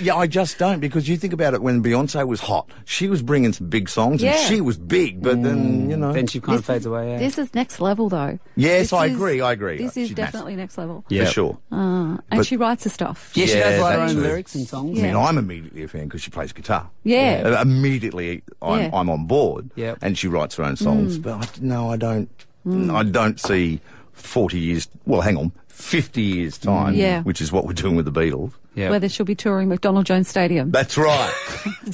Yeah, I just don't because you think about it. When Beyonce was hot, she was bringing some big songs, Yeah. and she was big. But then you know, Mm. then she kind of fades away. Yeah. This is next level, though. Yes, This I is- agree, I agree. This is She's massive. definitely next level. for sure. Uh, and But- she writes the stuff. Yeah, she does write her that's own true. lyrics and songs. I mean, Yeah. I'm immediately a fan because she plays guitar. Yeah. Uh, Immediately, I'm, Yeah. I'm on board. Yep. And she writes her own songs. Mm. But I, no, I don't. I don't see 40 years. Well, hang on, 50 years time. Yeah. Which is what we're doing with the Beatles. Yeah. Whether she'll be touring McDonald Jones Stadium. That's right.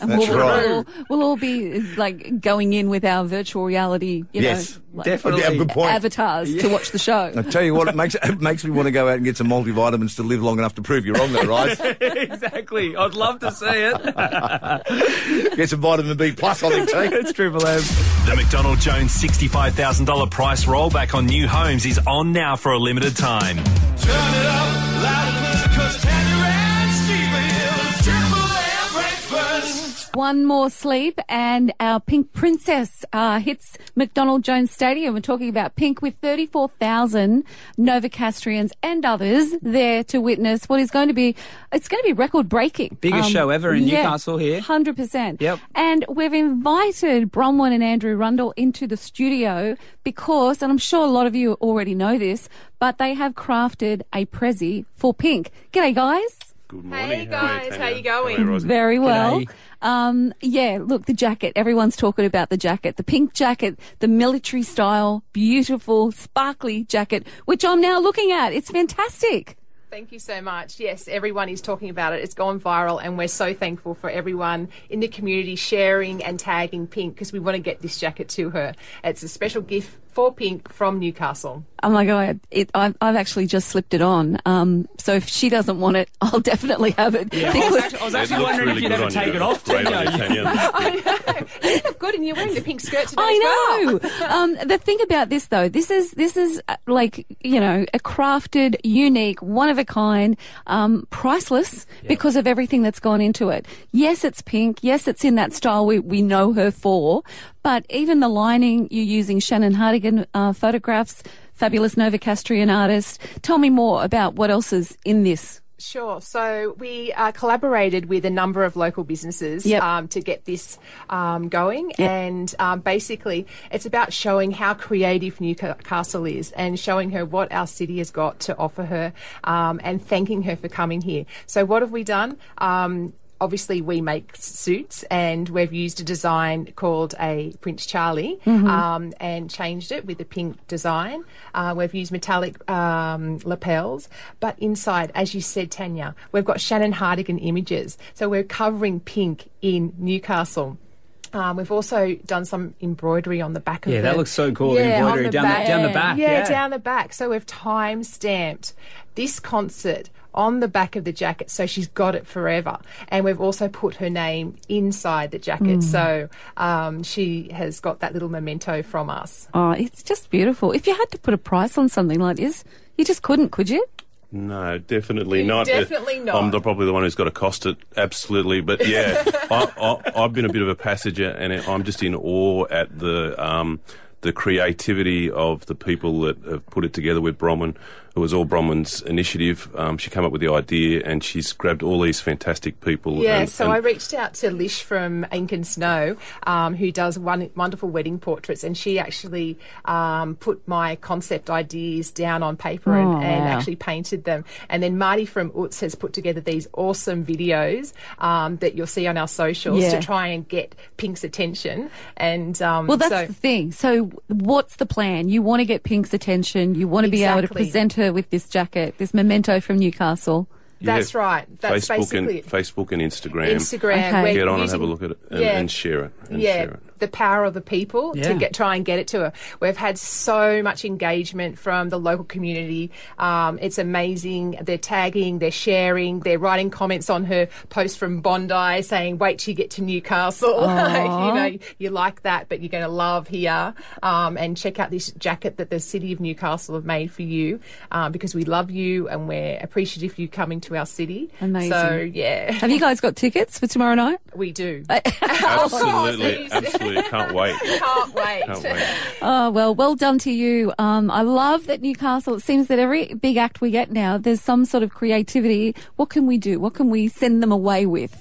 And That's we'll, right. We'll, we'll all be like going in with our virtual reality, you Yes, know, like, definitely. Yeah, good point. avatars to watch the show. I tell you what, it makes it makes me want to go out and get some multivitamins to live long enough to prove you wrong, though, right? exactly. I'd love to see it. get some vitamin B plus on it, too. it's Triple M. The McDonald Jones $65,000 price rollback on new homes is on now for a limited time. Turn it up loud and clear, 'cause Tanya and Stephen Hill is Triple M breakfast. One more sleep, and our Pink Princess uh, hits McDonald Jones Stadium. We're talking about Pink with 34,000 Novocastrians and others there to witness what is going to be, it's going to be record breaking. Biggest show ever in yeah, Newcastle here. 100%. Yep. And we've invited Bronwyn and Andrew Rundle into the studio because, and I'm sure a lot of you already know this, but they have crafted a Prezi for Pink. G'day, guys. Good Hey morning. guys, how you going? Very well. Um, yeah, look, the jacket. Everyone's talking about the jacket. The pink jacket, the military style, beautiful, sparkly jacket, which I'm now looking at. It's fantastic. Thank you so much. Yes, everyone is talking about it. It's gone viral, and we're so thankful for everyone in the community sharing and tagging Pink because we want to get this jacket to her. It's a special gift for Pink from Newcastle. Oh my God, it, I've, I've actually just slipped it on. Um, so if she doesn't want it, I'll definitely have it. Yeah, I was because- actually, I was actually wondering if you'd ever take it off. Great on Tino. you, I know. You look good, and you're wearing the pink skirt today. as well. I know. um, the thing about this though, this is this is uh, like you know a crafted, unique, one of a kind, um, priceless because of everything that's gone into it. Yes, it's pink. Yes, it's in that style we we know her for. But even the lining you're using, Shannon Hardigan uh, photographs, fabulous Novocastrian artist. Tell me more about what else is in this. Sure. So we uh, collaborated with a number of local businesses Yep. um, to get this um, going. Yep. And um, basically, it's about showing how creative Newcastle is and showing her what our city has got to offer her um, and thanking her for coming here. So, what have we done? Um, Obviously, we make s- suits, and we've used a design called a Prince Charlie Mhm. um, and changed it with a pink design. Uh, we've used metallic um, lapels, but inside, as you said, Tanya, we've got Shannon Hardigan images. So we're covering pink in Newcastle. Um, we've also done some embroidery on the back of Yeah, the- that looks so cool, the on embroidery down the- down the back, Yeah, yeah. down the back. So we've time stamped this concert on the back of the jacket, so she's got it forever. And we've also put her name inside the jacket, Mm. so um, she has got that little memento from us. Oh, it's just beautiful. If you had to put a price on something like this, you just couldn't, could you? No, definitely You not. Uh, definitely not. I'm the, probably the one who's got to cost it. Absolutely, but yeah, I, I, I've been a bit of a passenger, and I'm just in awe at the um, the creativity of the people that have put it together with Bronwyn. It was all Bronwyn's initiative. Um, she came up with the idea, and she's grabbed all these fantastic people. Yeah, and- so and- I reached out to Lish from Ink and Snow, um, who does one, wonderful wedding portraits, and she actually um, put my concept ideas down on paper and, Oh, and wow. actually painted them. And then Marty from Utz has put together these awesome videos um, that you'll see on our socials Yeah. to try and get Pink's attention. And um, Well, that's so, the thing. So, what's the plan? You want to get Pink's attention. You want to be able to Exactly. present her with this jacket, this memento from Newcastle. Yeah. that's right. That's Facebook basically and, it. Facebook and Instagram. Instagram, Okay. we're Get on and using- have a look at it and, Yeah. and share it. And yeah, share it. the power of the people Yeah. to get try and get it to her. We've had so much engagement from the local community. Um, it's amazing. They're tagging, they're sharing, they're writing comments on her post from Bondi saying, "Wait till you get to Newcastle. Aw. you know, you like that, but you're going to love here. Um, and check out this jacket that the city of Newcastle have made for you um, because we love you and we're appreciative of you coming to our city. Amazing. So yeah, Have you guys got tickets for tomorrow night? we do. Absolutely, Please. absolutely. Can't wait. Oh, Can't wait. Can't wait. Oh, well, well done to you. Um, I love that Newcastle. It seems that every big act we get now, there's some sort of creativity. What can we do? What can we send them away with?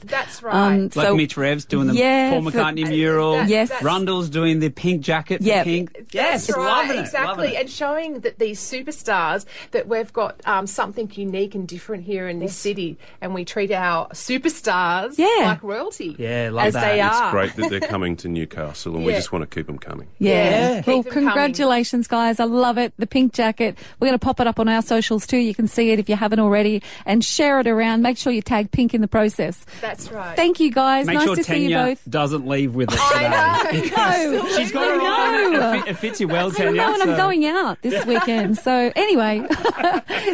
Um, That's like Mitch Revs doing the Yeah, Paul for- McCartney mural. that- Yes. that's- Rundle's doing the pink jacket. Yeah. Yeah, pink. Yes, Yes, right, loving it, exactly, loving it. and showing that these superstars that we've got um, something unique and different here in this city, and we treat our superstars Yeah. like royalty. Yeah, love as that. they are. It's great that they're coming to Newcastle, and we Yeah. just want to keep them coming. Yeah. Yeah. Well, Keep 'em coming. congratulations, guys. I love it. The pink jacket. We're going to pop it up on our socials too. You can see it if you haven't already and share it around. Make sure you tag pink in the process. That's right. Thank you, guys. Make nice sure to see you Tenya both. doesn't leave with it today. No, She's got her I know. on. It, fit, it fits you well, I Tanya. know, and I'm so- going out this weekend. So anyway,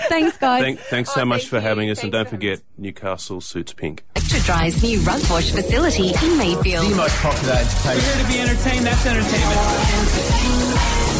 thanks, guys. Thank, thanks oh, so much for having us, and don't forget, Newcastle suits pink. Extra Dry's new rug wash facility in Mayfield. The most popular We're entertainment. here to be entertained. That's entertainment.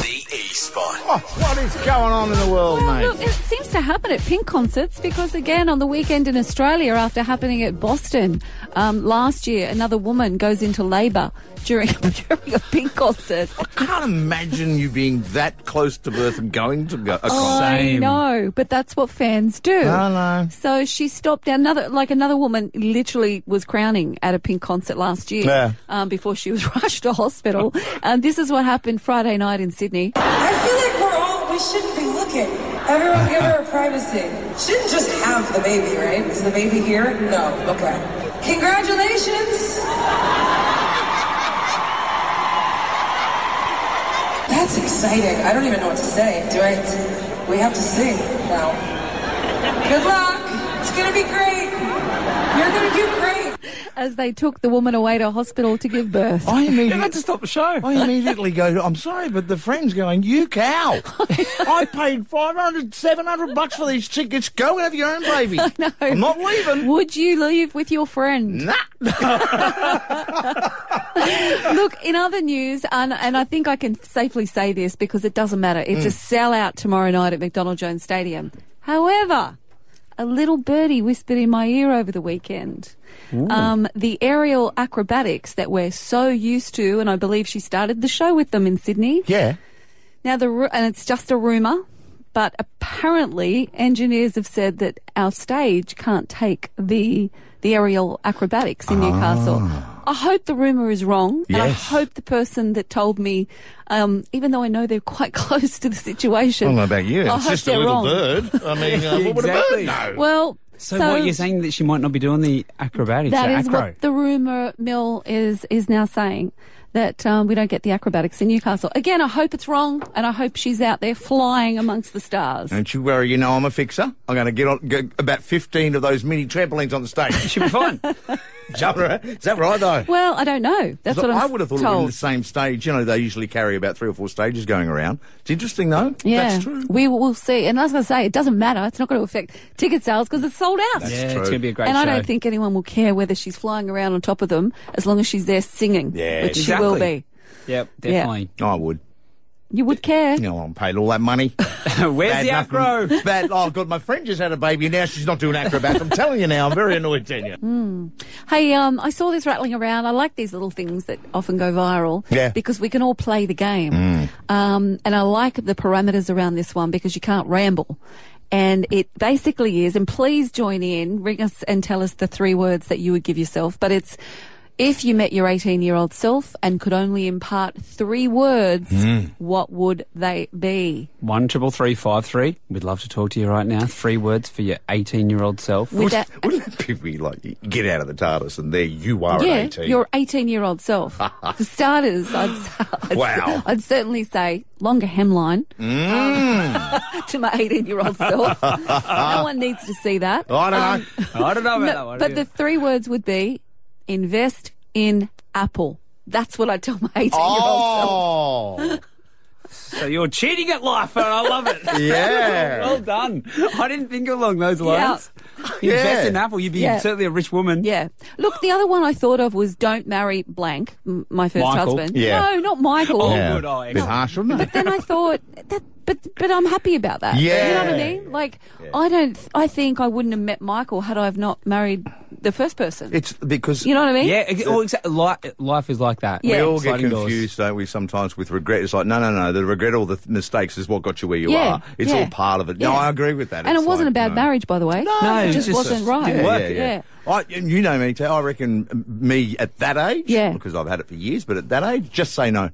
The E Spot. Oh, what is going on in the world, mate? Look, it seems to happen at pink concerts because, again, on the weekend in Australia, after happening at Boston um, last year, another woman goes into labour during, during a pink concert. I can't imagine you being that close to birth and going to go. A Oh, I know, but that's what fans do. I know. So she stopped. Another, like another woman, literally was crowning at a pink concert last year. Yeah. Um, before she was rushed to hospital. and this is what happened Friday night in Sydney. I feel like we're all, we shouldn't be looking. Everyone give her privacy. Shouldn't just have the baby, right? Is the baby here? No. Okay. Congratulations! That's exciting. I don't even know what to say. Do I? We have to sing now. Good luck. It's gonna be great. You're gonna do great. As they took the woman away to hospital to give birth. I immediately had to stop the show. I immediately go. I'm sorry, but the friend's going. You cow! I paid 500, 700 bucks for these tickets. Go and have your own baby. I know. I'm not leaving. Would you leave with your friend? Nah. Look, in other news, and, and I think I can safely say this because it doesn't matter. It's a Mm. sellout tomorrow night at McDonald Jones Stadium. However, a little birdie whispered in my ear over the weekend. Ooh. Um, the aerial acrobatics that we're so used to, and I believe she started the show with them in Sydney. Yeah. Now the ru- and it's just a rumor, but apparently engineers have said that our stage can't take the the aerial acrobatics in Newcastle. I hope the rumor is wrong, and I Ah. Yes. hope the person that told me, um, even though I know they're quite close to the I situation, don't know about you. Oh, I it's hope just a they're little wrong. bird. I mean, uh, what would a bird Exactly. know? Well, So, what you're saying that she might not be doing the acrobatics? That the is acro. what the rumor mill is is now saying that um, we don't get the acrobatics in Newcastle. Again, I hope it's wrong, and I hope she's out there flying amongst the stars. Don't you worry, you know I'm a fixer. I'm going to get on get about 15 of those mini trampolines on the stage. She'll be fine. Is that right? Is that right, though? Well, I don't know. That's So what I'm I would have thought it would be told. the same stage. You know, they usually carry about three or four stages going around. It's interesting, though. Yeah, That's true. we will see. And I was going to say, it doesn't matter. It's not going to affect ticket sales because it's sold out. That's Yeah, it's true. gonna be a great And I don't show. think anyone will care whether she's flying around on top of them as long as she's there singing, Yeah, which she will exactly. be. Yep, Yeah. definitely. I would. You would care. You know, I'm paid all that money. Where's the acro? It's bad. Oh, God, my friend just had a baby and now she's not doing acrobats. I'm telling you now, I'm very annoyed, Tanya. Hmm. Hey, um, I saw this rattling around. I like these little things that often go viral Yeah. Mm. because we can all play the game. Um, and I like the parameters around this one because you can't ramble. And it basically is, and please join in, ring us and tell us the three words that you would give yourself. But it's if you met your 18 year old self and could only impart three words, Mm. what would they be? One triple three five three. We'd love to talk to you right now. Three words for your eighteen-year-old self. With that- Wouldn't that be weird, like, you get out of the TARDIS and there you are yeah, at 18? your 18 year old self. For starters, I'd, I'd, Wow. I'd certainly say longer hemline Mm. to my 18 year old self. no one needs to see that. Ah. Oh, I don't Um, know. I don't know about no, that one. But the three words would be invest in Apple. That's what I tell my 18 year Oh. old self. Oh. So you're cheating at life, and I love it. Yeah. well done. I didn't think along those Yeah. lines. You're best in Apple. You'd be Yeah. certainly a rich woman. Yeah. Look, the other one I thought of was don't marry blank, m- my first Michael. husband. Yeah. No, not Michael. Oh, Yeah. good. Oh, A bit harsh, wouldn't it? But then I thought that, but but I'm happy about that. you know what I Yeah. mean. Like I don't, I think I wouldn't have met Michael had I have not married the first person. It's because You know what I mean? Yeah, ex- well, exactly. Life, life is like that. Uh, We all get Sliding doors. confused, don't we, sometimes with regret. It's like, no, no, no, the regret, all the th- mistakes is what got you where you Yeah, are. It's yeah. all part of it. No, Yeah. I agree with that. and It's it wasn't like, a bad no. marriage, by the way. No, it it's just, wasn't right. Yeah, yeah, yeah. I, and you know me, too. I reckon um, me at that age, Yeah. because I've had it for years, but at that age, just say no.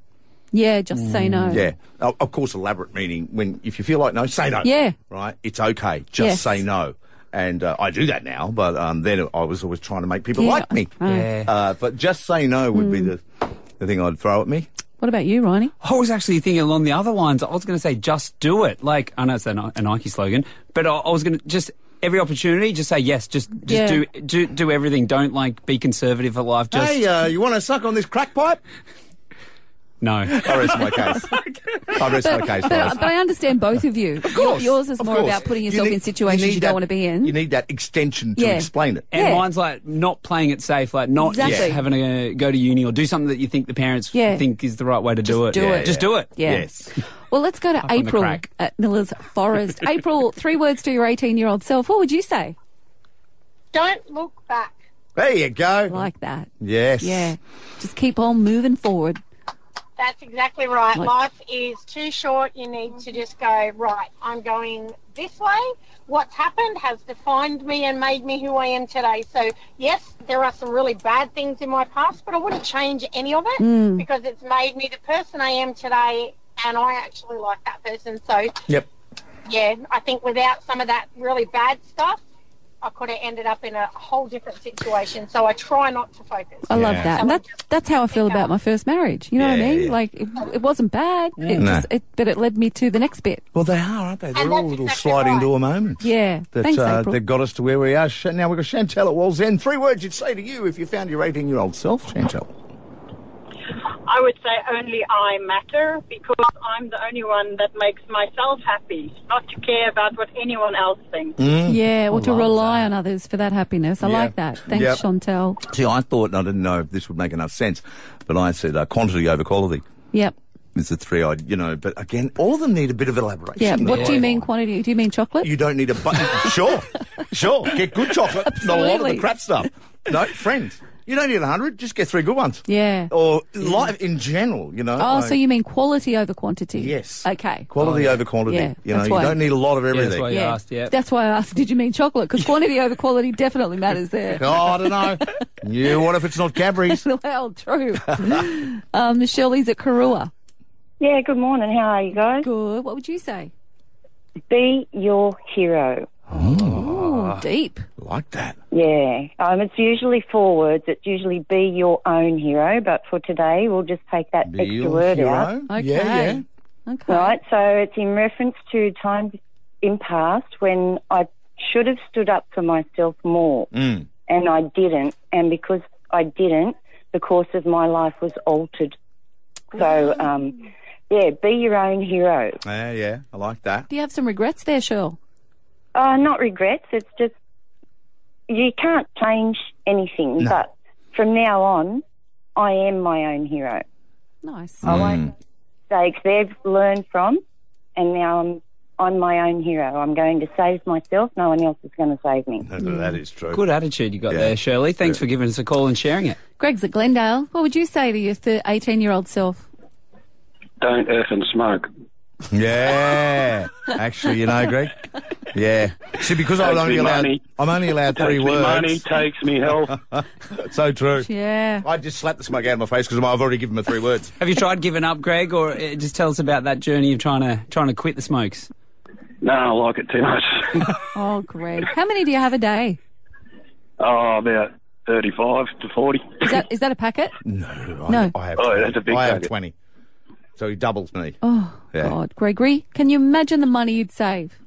Yeah, just say no. Mm, Yeah. O- Of course, elaborate meaning when if you feel like no, say no. Yeah. Right? It's okay. Just Yes. say no. And uh, I do that now, but um, then I was always trying to make people Yeah. like me. Mm. Uh, but just say no would be the, the thing I'd throw at me. What about you, Ronnie? I was actually thinking along the other lines. I was going to say, just do it. Like, I know it's a, Ni- a Nike slogan, but I, I was going to just every opportunity, just say yes. Just, just Yeah. do, do, do everything. Don't like be conservative for life. Just Hey, uh, you want to suck on this crack pipe? no. I rest my case. I Oh, rest But, my case. but, guys. but I understand both of you. Of course, yours is of more course. about putting You yourself need- in situations you, need don't that- want to be in. You need that extension to Yeah. explain it. Mm. And mine's like not playing it safe, like not just Exactly. having to go to uni or do something that you think the parents Yeah. think is the right way to do it. do Yeah, it. Just yeah. do it. Yeah. Yes. Well, let's go to Up on the April crack. at Miller's Forest. April, three words to your 18 year old self. What would you say? Don't look back. There you go. Like that. Yes. Yeah. Just keep on moving forward. That's exactly right. Like- Life is too short. You need to just go, right, I'm going this way. What's happened has defined me and made me who I am today. So, yes, there are some really bad things in my past, but I wouldn't change any of it Mm. because it's made me the person I am today. And I actually like that person. So, Yep. yeah, I think without some of that really bad stuff, I could have ended up in a whole different situation. So I try not to focus. I love that. And that, that's how I feel about my first marriage. You know what I Yeah, mean? yeah. Like, it, it wasn't bad, it No. just, it, but it led me to the next bit. Well, they are, aren't they? They're And all that's little exactly sliding right. door moments. Yeah. That, Thanks, uh, April. that got us to where we are. Sh- Now we've got Chantel at Wall's End. Three words you'd say to you if you found your 18 year old self, Chantel. I would say only I matter because I'm the only one that makes myself happy, not to care about what anyone else thinks. Mm. Yeah, or I to love rely on others for that happiness. I Mm. Yeah. like that. Thanks, Yep. Chantel. See, I thought, and I didn't know if this would make enough sense, but I said uh, quantity over quality Yep. is the three I, you know, but again, all of them need a bit of elaboration. Yeah. What do you Yeah. mean quantity? Do you mean chocolate? You don't need a button. sure, sure. Get good chocolate, not a lot of Absolutely. the crap stuff. No, friends. You don't need a 100, just get three good ones. yeah. Or life in general, you know. Oh, like- so you mean quality over quantity? Yes. Okay. Quality over quantity. Oh, Yeah, you know, that's you why- don't need a lot of everything. That's why I asked, did you mean chocolate? Because quantity over quality definitely matters there. Oh, I don't know. yeah, what if it's not Cadbury's? well, true. um, Shirley's at Karua. Yeah, good morning. How are you guys? Good. What would you say? Be your hero. Oh, deep. Like that. Yeah. Um, it's usually four words. It's usually be your own hero, but for today, we'll just take that Be extra your word hero? out. Okay. Yeah, yeah. Okay. Right. So it's in reference to times in past when I should have stood up for myself more, Mm. and I didn't. And because I didn't, the course of my life was altered. So, um, yeah, be your own hero. Yeah, yeah, I like that. Do you have some regrets there, Shirl? Uh, not regrets. It's just you can't change anything. No. But from now on, I am my own hero. Uh-huh. Nice. I won't mistakes they've learned from, and now I'm I'm my own hero. I'm going to save myself. No one else is going to save me. That is true. Good attitude you got there, Shirley. Thanks for giving us a call and sharing it. Greg's at Glendale. What would you say to your 18 year old self? Don't earth and smoke. Yeah. Actually, you know, Greg. Yeah. See, because I'm Takes only me allowed, money. I'm only allowed Takes three me words. money, takes me health. so true. Yeah. I just slapped the smoke out of my face because I've already given him three words. Have you tried giving up, Greg, or uh, just tell us about that journey of trying to trying to quit the smokes? No, I like it too much. Oh, Greg. How many do you have a day? Oh, about 35 to 40. Is that is that a packet? No. No. I have, Oh, that's a big I have target. 20. So he doubles me. Oh, Yeah. God. Gregory, can you imagine the money you'd save?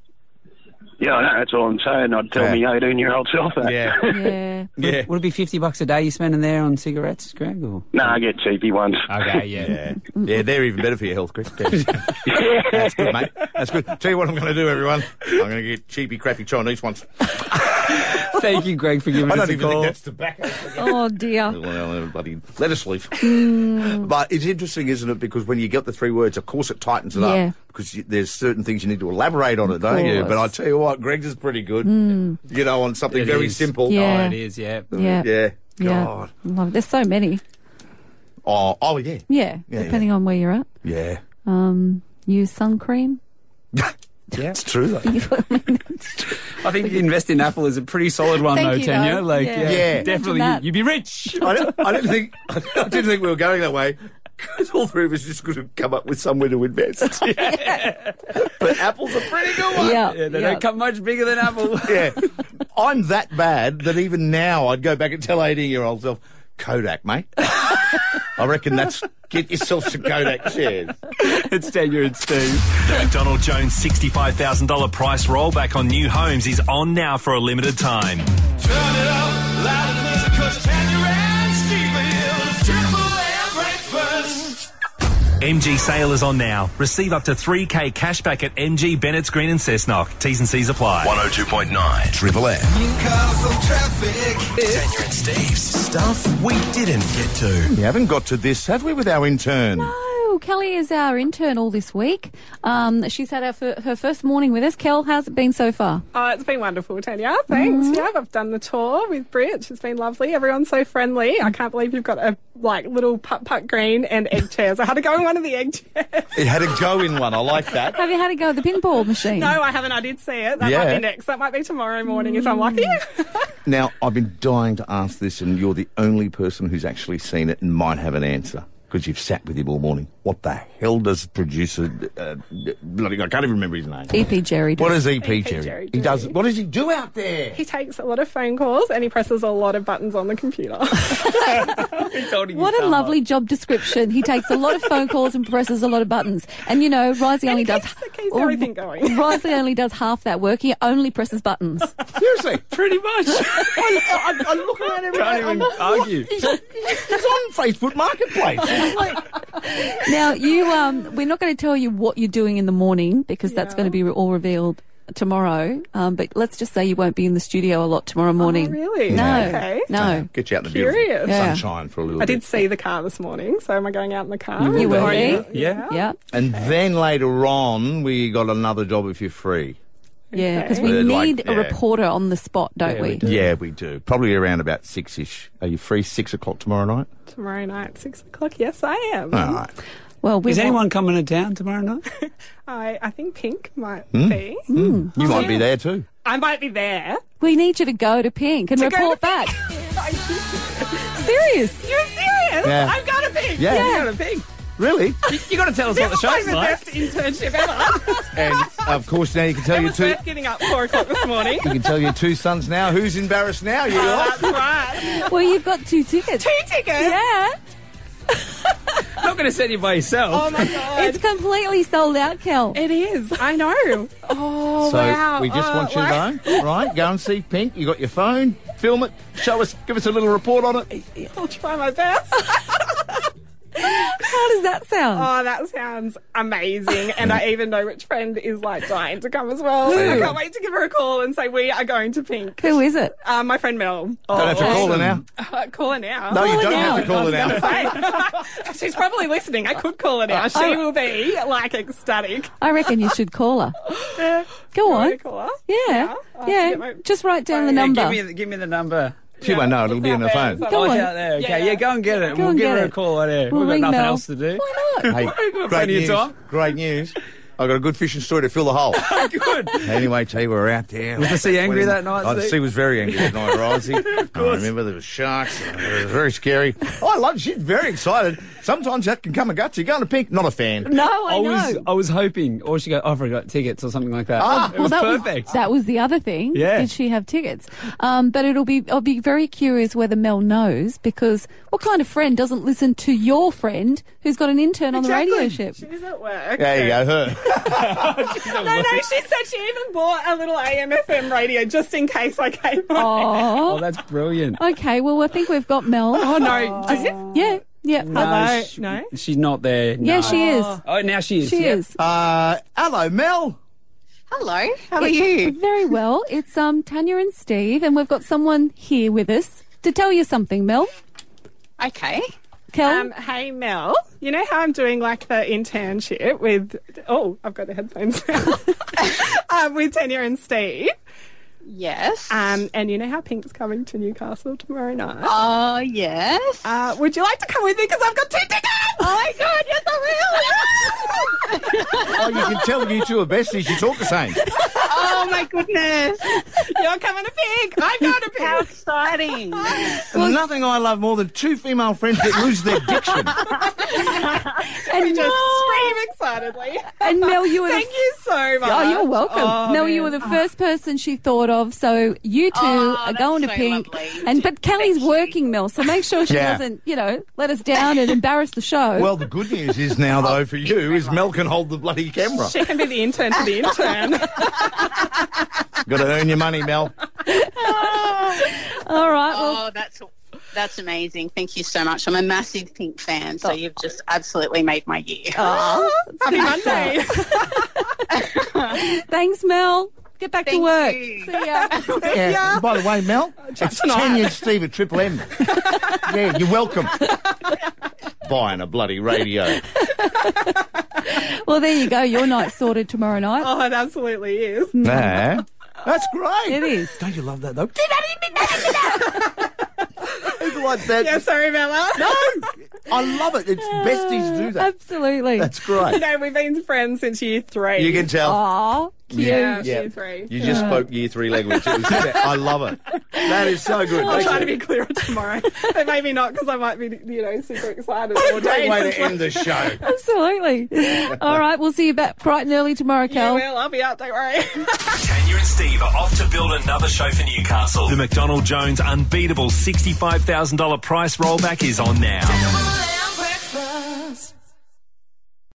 Yeah, I know, that's all I'm saying. I'd tell me 18 year old self that. Yeah. Yeah. Would, would it be 50 bucks a day you're spending there on cigarettes, Greg? Or? no, I get cheapy ones. Okay, yeah. yeah. Yeah, they're even better for your health, Chris. That's good, mate. That's good. Tell you what I'm going to do, everyone. I'm going to get cheapy, crappy Chinese ones. Thank you, Greg, for giving I us don't a even call. think that's tobacco. Oh, dear. Well, bloody let us leave. Mm. But it's interesting, isn't it? Because when you get the three words, of course it tightens it Yeah. up. Because you, there's certain things you need to elaborate on it, don't you? course. But I tell you what, Greg's is pretty good. Mm. You know, on something It very is. simple. Yeah. Oh, it is, yeah. Yeah. Yeah. Yeah. God. Love- There's so many. Oh, oh yeah. Yeah. Yeah, depending on where you're at. Yeah. Um, use sun cream. Yeah. It's true, though. I think you invest in Apple is a pretty solid one, Thank though, you, Tanya. though. Like, Yeah. yeah, Yeah. Imagine definitely, you, that. you'd be rich. I, don't, I didn't think I didn't think we were going that way. Because all three of us just could have come up with somewhere to invest. but Apple's a pretty good one. Yeah, Yeah, they yeah. don't come much bigger than Apple. yeah. I'm that bad that even now I'd go back and tell 18 year old self, Kodak, mate. I reckon that's get yourself some Kodak shares. it's Daniel and Steve. The McDonald Jones $65,000 price rollback on new homes is on now for a limited time. Turn it up loud and clear, 'cause Tanya and Steve are here. It's Triple M breakfast. MG sale is on now. Receive up to 3K cashback at MG Bennett's Green and Cessnock. T's and C's apply. 102.9 Triple M. Newcastle traffic. Tanya and Steve's stuff we didn't get to. We haven't got to this, have we, with our intern? Oh, Kelly is our intern all this week. Um, she's had her, fir- her first morning with us. Kel, how's it been so far? Oh, it's been wonderful, Tanya. Thanks. Mm-hmm. Yeah, I've done the tour with Brit. It's been lovely. Everyone's so friendly. I can't believe you've got a like little putt putt green and egg chairs. I had to go in one of the egg chairs. It had a go in one. I like that. Have you had a go at the pinball machine? No, I haven't. I did see it. That might Yeah. be next. That might be tomorrow morning if I'm lucky. Mm. Now, I've been dying to ask this, and you're the only person who's actually seen it and might have an answer because you've sat with him all morning. What the hell does producer uh, bloody I can't even remember his name. EP E Jerry. What does EP, EP Jerry? E Jerry He do. does. What does he do out there? He takes a lot of phone calls and he presses a lot of buttons on the computer. What a lovely job description. He takes a lot of phone calls and presses a lot of buttons. And you know, Risley only does keeps everything going. Risley only does half that work. He only presses buttons. Seriously, pretty much. I, I, I look around every Can't day, I'm even like, what? argue. He's, he's on Facebook Marketplace. now you um we're not going to tell you what you're doing in the morning because that's going to be all revealed tomorrow um but let's just say you won't be in the studio a lot tomorrow morning Oh, really? no Okay. no Get you out in the Curious. beautiful Yeah. sunshine for a little I bit. did see the car this morning, so am I going out in the car? You will Or- be. Yeah. Yeah. And then later on, we got another job if you're free. yeah because Okay. we Like, need a yeah. reporter on the spot don't we, Yeah, we do. Probably around about six ish. Are you free six o'clock tomorrow night? Tomorrow night, six o'clock. Yes, I am. All right. well we Is want- anyone coming to town tomorrow night I, I think Pink might Hmm. be. You might be Yeah. there too. I might be there. we need you to go to pink and To go report to back serious You're serious? Yeah. I've got to Pink. Yeah. You've got to Pink. Really? You, you got to tell us what the This is show's the like. best internship ever. And of course, now you can tell your two. Worth getting up four o'clock this morning. You can tell your two sons now. Who's embarrassed now? You Oh, Uh, lot? that's right. well you've got two tickets Two tickets. yeah I'm not going to send you by yourself. Oh my god. it's completely sold out kel it is i know oh so wow. we just Oh, want you wow. Uh, to know, right? Go and see Pink. You got your phone. Film it. Show us. Give us a little report on it. I'll try my best. How does that sound? Oh, that sounds amazing. And I even know which friend is like dying to come as well. Who? I can't wait to give her a call and say, We are going to Pink. Who is it? Uh, my friend Mel. Don't have to call her now. Uh, call her now. No, you Call her don't have now. to call her I was gonna say. She's probably listening. I could call her now. She I- will be like ecstatic. I reckon you should call her. Go on. Yeah. Yeah. Just write down the Yeah, number. give, me the, give me the number. She won't know. It'll be in the phone. Go oh, on. it's out there. Okay, yeah, go and get it. Go we'll and give get her a it. call later. We'll We've got ring nothing Mel. else to do. Hey, great plenty of news. time. Great news. I got a good fishing story to fill the hole. Good. Anyway, T, we were out there. Was the sea angry that night, Oh, the Steve? sea was very angry that night, Risey. I remember there were sharks. and It was very scary. Oh, I love. She's very excited. Sometimes that can come and gut you. Going to pink, not a fan. was I was hoping, or she go, oh, I forgot tickets or something like that. Ah, it was that perfect. Was, that was the other thing. Yeah. Did she have tickets? Um, but it'll be, I'll be very curious whether Mel knows because what kind of friend doesn't listen to your friend who's got an intern on the radio ship? She's at work. There you go, her. No, no, she said she even bought a little AMFM radio just in case I came on. Oh. Oh, that's brilliant. Okay. Well, I think we've got Mel. Oh, no. I- yeah. Yeah. No, sh- she's not there. Yeah, no. she is. Oh, now she is. She yeah. is. Uh, hello, Mel. Hello, how are It- you? Very well. It's um Tanya and Steve, and we've got someone here with us to tell you something, Mel. Okay. Kel, Um, hey Mel, you know how I'm doing like the internship with oh I've got the headphones now um, with Tanya and Steve. Yes. Um, and you know how Pink's coming to Newcastle tomorrow night. Oh, yes. Uh, would you like to come with me? Because I've got two tickets. Oh my god, yes, I Oh, you can tell you two are besties. You talk the same. oh my goodness. You're coming to Pink. I'm going to Pink. How exciting. Nothing I love more than two female friends that lose their diction. and we just No. scream excitedly. And Mel, you were the thank you so much. Oh, you're welcome. Oh, Mel, you were man. the first person she thought of, so you two Oh, are that's going to so Pink. lovely. And but Kelly's working, Mel, so make sure she Yeah. doesn't, you know, let us down and embarrass the show. Well, the good news is now, though, for you, is Mel can hold the bloody camera. She can be the intern to the intern. Got to earn your money, Mel. All right. Oh, that's that's amazing. Thank you so much. I'm a massive Pink fan, so you've just absolutely made my year. Oh, happy Monday. Thanks, Mel. Get back to Thank work. you. See ya. Yeah. By the way, Mel, it's Tanya and Steve at Triple M. yeah, you're welcome. Buying a bloody radio. well, there you go. Your night's sorted tomorrow night. oh, it absolutely is. Nah. That's great. It is. Don't you love that, though? People like that. Yeah, sorry, Mella. No, I love it. It's besties do that. Absolutely. That's great. You know, we've been friends since year three. You can tell. Aw, cute. Yeah, Yeah, yeah. year three. You just Yeah. spoke year three language. It was- I love it. That is so good. I'll Thank try you. to be clearer tomorrow. but maybe not because I might be, you know, super excited. all day. Great way to end the show. Absolutely. All right. We'll see you back bright and early tomorrow, Yeah, Kel. well, I'll be out. Don't worry. Tanya and Steve are off to build another show for Newcastle. The McDonald Jones unbeatable $65,000 price rollback is on now.